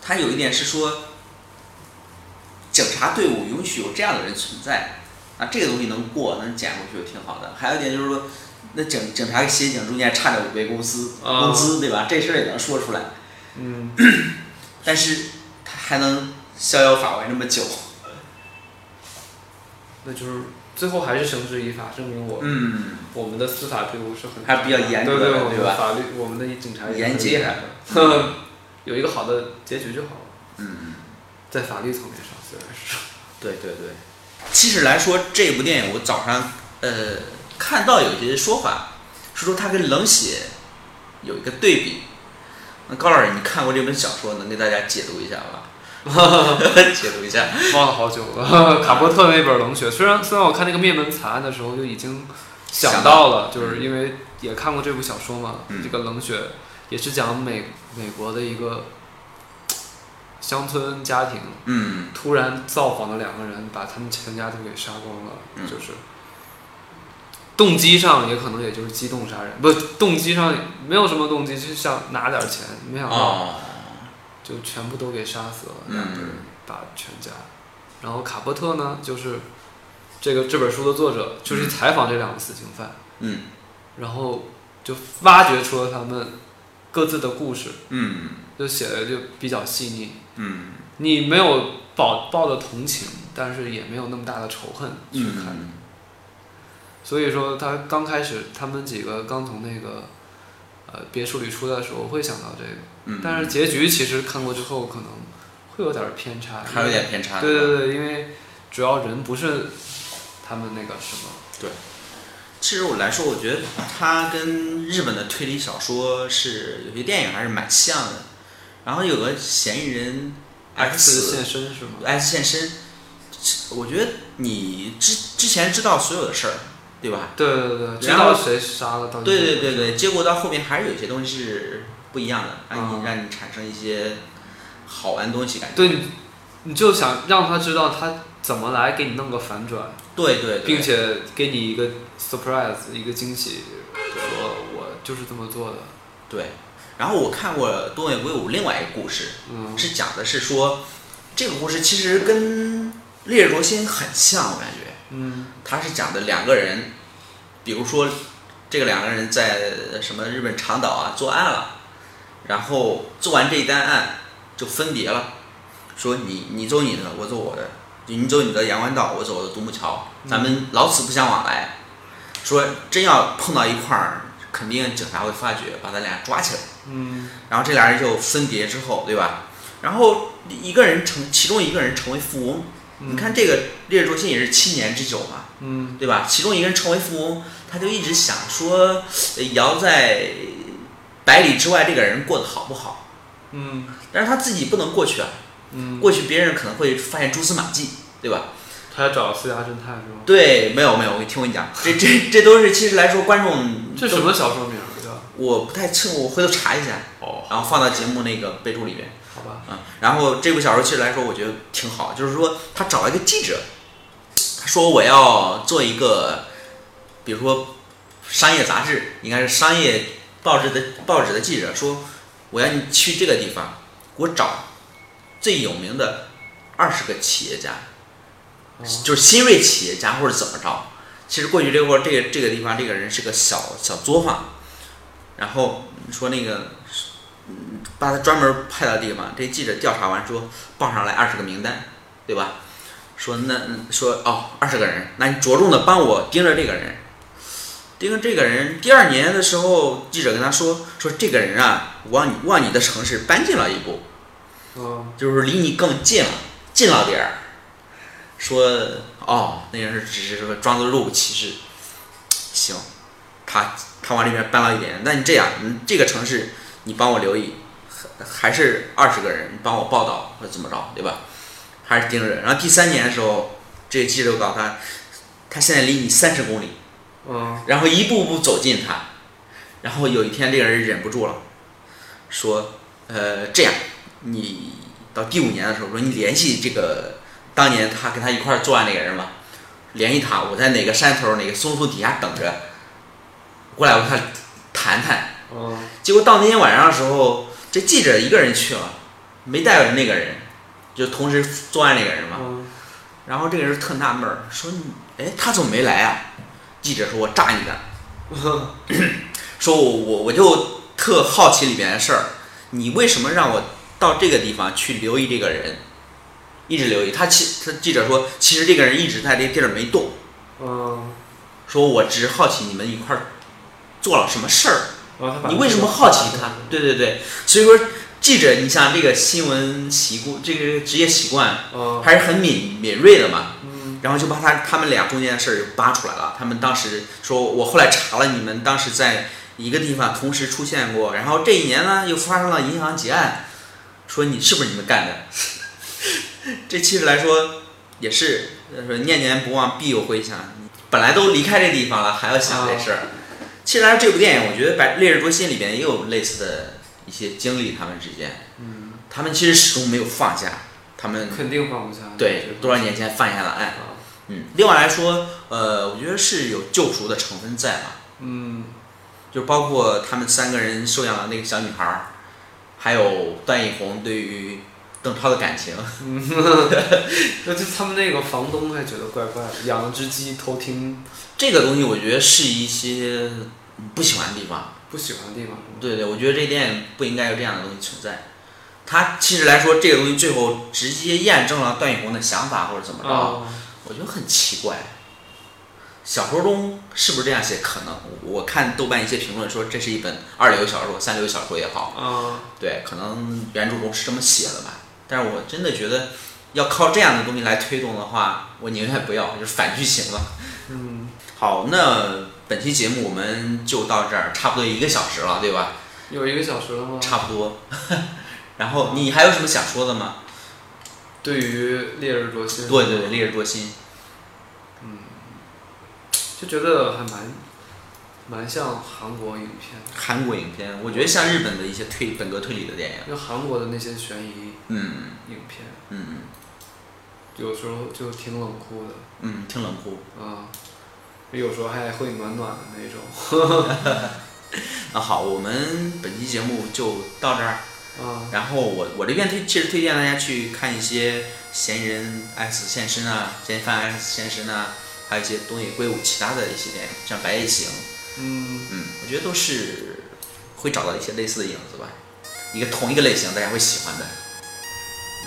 Speaker 3: 它有一点是说，警察队伍允许有这样的人存在，啊，这个东西能过能减过去就挺好的。还有一点就是说，那警警察协警中间差点违背公司
Speaker 4: 啊
Speaker 3: 工资，对吧？这事儿也能说出来，
Speaker 4: 嗯，
Speaker 3: 但是他还能逍遥法外那么久，
Speaker 4: 那就是最后还是绳之以法，证明我
Speaker 3: 嗯。
Speaker 4: 我们的司法队伍是很
Speaker 3: 还比较严格的
Speaker 4: 对对，我
Speaker 3: 对吧
Speaker 4: 们法律我们的警察也
Speaker 3: 严
Speaker 4: 很
Speaker 3: 谨啊
Speaker 4: 厉害的， 有一个好的结局就好了，
Speaker 3: 嗯，
Speaker 4: 在法律层面上虽然是，
Speaker 3: 对对对。其实来说，这部电影我早上呃看到有些说法是说它跟《冷血》有一个对比。那高老师，你看过这本小说，能给大家解读一下 吗？解读一下。
Speaker 4: 忘了好久了。 卡波特那本《冷血》，虽然虽然我看那个灭门惨案的时候就已经想到了，就是因为也看过这部小说嘛，
Speaker 3: 嗯
Speaker 4: 这个《冷血》也是讲美美国的一个呃乡村家庭，
Speaker 3: 嗯
Speaker 4: 突然造访的两个人把他们全家都给杀光了，
Speaker 3: 嗯
Speaker 4: 就是动机上也可能也就是激动杀人，不动机上没有什么动机，就想拿点钱，没想到
Speaker 3: 哦，
Speaker 4: 就就全部都给杀死了，
Speaker 3: 嗯
Speaker 4: 两个人把全家。然后卡波特呢，就是这个这本书的作者，就去采访这两个死刑犯，
Speaker 3: 嗯
Speaker 4: 然后就挖掘出了他们各自的故事，
Speaker 3: 嗯
Speaker 4: 就写的就比较细腻。
Speaker 3: 嗯
Speaker 4: 你没有抱抱着同情，但是也没有那么大的仇恨去看。
Speaker 3: 嗯
Speaker 4: 所以说，他刚开始他们几个刚从那个呃别墅里出来的时候，我会想到这个，
Speaker 3: 嗯，
Speaker 4: 但是结局其实看过之后可能会有点偏差，
Speaker 3: 还有点偏差。
Speaker 4: 对对对，因为主要人不是他们那个什么，
Speaker 3: 其实我来说，我觉得它跟日本的推理小说是有些电影还是蛮像的。然后有个嫌疑人
Speaker 4: X 现身是吗？
Speaker 3: X 现身，我觉得你之之前知道所有的事儿，对吧？
Speaker 4: 对对对，知
Speaker 3: 然后
Speaker 4: 道谁杀了到底
Speaker 3: 对
Speaker 4: 是
Speaker 3: 对对对，结果到后面还是有些东西是不一样的，让
Speaker 4: 嗯
Speaker 3: 你让你产生一些好玩的东西感觉。
Speaker 4: 对，你你就想让他知道他怎么来给你弄个反转，
Speaker 3: 对对对，
Speaker 4: 并且给你一个 surprise，一个惊喜，说我就是这么做的。
Speaker 3: 对。然后我看过东野圭吾另外一个故事，
Speaker 4: 嗯
Speaker 3: 是讲的是说，这个故事其实跟《烈日灼心》很像，我感觉。
Speaker 4: 嗯
Speaker 3: 它是讲的两个人，比如说这个两个人在什么日本长岛啊作案了，然后做完这一单案就分别了，说你你走你的，我走我的，你走你的阳关道，我走我的独木桥，咱
Speaker 4: 嗯
Speaker 3: 们老死不相往来。说真要碰到一块儿，肯定警察会发觉，把咱俩抓起来。
Speaker 4: 嗯
Speaker 3: 然后这俩人就分别之后，对吧？然后一个人成，其中一个人成为富翁。你看这个《烈日灼心》也是七年之久嘛，
Speaker 4: 嗯
Speaker 3: 对吧？其中一个人成为富翁，他就一直想说，呃要在百里之外这个人过得好不好？
Speaker 4: 嗯
Speaker 3: 但是他自己不能过去啊，
Speaker 4: 嗯，
Speaker 3: 过去别人可能会发现蛛丝马迹，对吧？
Speaker 4: 他要找私家侦探是吗？
Speaker 3: 对，没有没有，我听我讲，这这这都是其实来说观众
Speaker 4: 这什么小说名儿啊叫？
Speaker 3: 我不太清，我回头查一下，
Speaker 4: 哦，
Speaker 3: 然后放到节目那个备注里面。
Speaker 4: 好吧，
Speaker 3: 嗯，然后这部小说其实来说，我觉得挺好，就是说他啊找了一个记者，他说我要做一个，比如说商业杂志，应该是商业报纸的报纸的记者，说我要你去这个地方，给我找最有名的二十个企业家，
Speaker 4: 哦
Speaker 3: 就是新锐企业家或者怎么着。其实过去这块这个这个地方这个人是个小小作坊，然后说那个把他专门派到地方，这记者调查完说报上来二十个名单，对吧？说那说哦，二十个人，那你着重的帮我盯着这个人，盯着这个人。第二年的时候，记者跟他说说这个人啊，往你往你的城市搬进了一步，
Speaker 4: 嗯
Speaker 3: 就是离你更近了，近了点儿。说哦，那人是只是说装作若无其事。行，他他往这边搬了一点，那你这样，你这个城市你帮我留意，还还是二十个人，你帮我报道或者怎么着，对吧？还是盯着人。然后第三年的时候，这个记者告诉他，他现在离你三十公里，
Speaker 4: 嗯
Speaker 3: 然后一步步走近他，然后有一天这个人忍不住了，说：“呃，这样，你到第五年的时候，说你联系这个当年他跟他一块儿作案那个人吧，联系他，我在哪个山头哪个松树底下等着，过来我跟他谈谈。”
Speaker 4: 嗯
Speaker 3: 结果到那天晚上的时候，这记者一个人去了，没带着那个人，就同时作案那个人嘛。
Speaker 4: 嗯，
Speaker 3: 然后这个人特纳闷儿，说你：“哎，他怎么没来啊？”记者说：“我炸你的。”说我我我就特好奇里面的事儿，你为什么让我到这个地方去留意这个人，一直留意他其他记者说，其实这个人一直在这地儿没动，
Speaker 4: 嗯，
Speaker 3: 说我只是好奇你们一块儿做了什么事儿，
Speaker 4: 然后他把
Speaker 3: 你为什么好奇他？对对对，所以说记者，你像这个新闻习惯，这个职业习惯
Speaker 4: 嗯
Speaker 3: 还是很敏敏锐的嘛，
Speaker 4: 嗯
Speaker 3: 然后就把他他们俩中间的事儿就扒出来了。他们当时说，我后来查了，你们当时在一个地方同时出现过，然后这一年呢又发生了银行劫案，说你是不是你们干的？ 这其实来说也是，呃说念念不忘必有回响。本来都离开这地方了，还要想这事
Speaker 4: 哦
Speaker 3: 儿。其实来说，这部电影我觉得《白烈日灼心》里边也有类似的一些经历，他们之间，
Speaker 4: 嗯，
Speaker 3: 他们其实始终没有放下，他们
Speaker 4: 肯定放不下。
Speaker 3: 对
Speaker 4: 这个
Speaker 3: 多少年前犯下的案。
Speaker 4: 啊？
Speaker 3: 嗯，另外来说，呃，我觉得是有救赎的成分在嘛，
Speaker 4: 嗯
Speaker 3: 就包括他们三个人收养了那个小女孩儿，还有段奕宏对于邓超的感情，
Speaker 4: 那就他们那个房东还觉得怪怪的，养了只鸡偷听
Speaker 3: 这个东西我觉得是一些不喜欢的地方。
Speaker 4: 不喜欢的地方。
Speaker 3: 对对，我觉得这电影不应该有这样的东西存在。他其实来说，这个东西最后直接验证了段奕宏的想法或者怎么着，
Speaker 4: 啊，
Speaker 3: 我觉得很奇怪。小说中是不是这样写？可能我看豆瓣一些评论说这是一本二流小说、三流小说也好，
Speaker 4: 啊，
Speaker 3: 对，可能原著中是这么写的吧。但是我真的觉得要靠这样的东西来推动的话，我宁愿不要，就是反剧情了。
Speaker 4: 嗯，
Speaker 3: 好，那本期节目我们就到这儿，差不多一个小时了，对吧？
Speaker 4: 有一个小时了吗？
Speaker 3: 差不多。 然后你还有什么想说的吗？
Speaker 4: 对于烈日灼心，
Speaker 3: 对对对，烈日灼心。
Speaker 4: 就觉得还蛮蛮像韩国影片，
Speaker 3: 韩国影片，我觉得像日本的一些推本格推理的电影，
Speaker 4: 就韩国的那些悬疑
Speaker 3: 嗯
Speaker 4: 影片，
Speaker 3: 嗯
Speaker 4: 有时候就挺冷酷的，
Speaker 3: 嗯，挺冷酷
Speaker 4: 啊，有时候还会暖暖的那种。
Speaker 3: 那好，我们本期节目就到这儿。
Speaker 4: 啊，
Speaker 3: 然后我我这边推其实推荐大家去看一些嫌疑人 X 现身啊，嫌疑犯 X 现身啊，还有一些东野圭吾其他的一些电影，像《白夜行》，
Speaker 4: 嗯，
Speaker 3: 嗯，我觉得都是会找到一些类似的影子吧，一个同一个类型大家会喜欢的，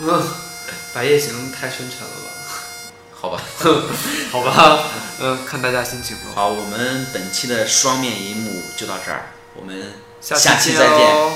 Speaker 4: 嗯白夜行太深沉了吧？
Speaker 3: 好吧？
Speaker 4: 好吧， 嗯、看大家心情吧。
Speaker 3: 好，我们本期的双面银幕就到这儿，我们
Speaker 4: 期
Speaker 3: 再见。
Speaker 4: 哦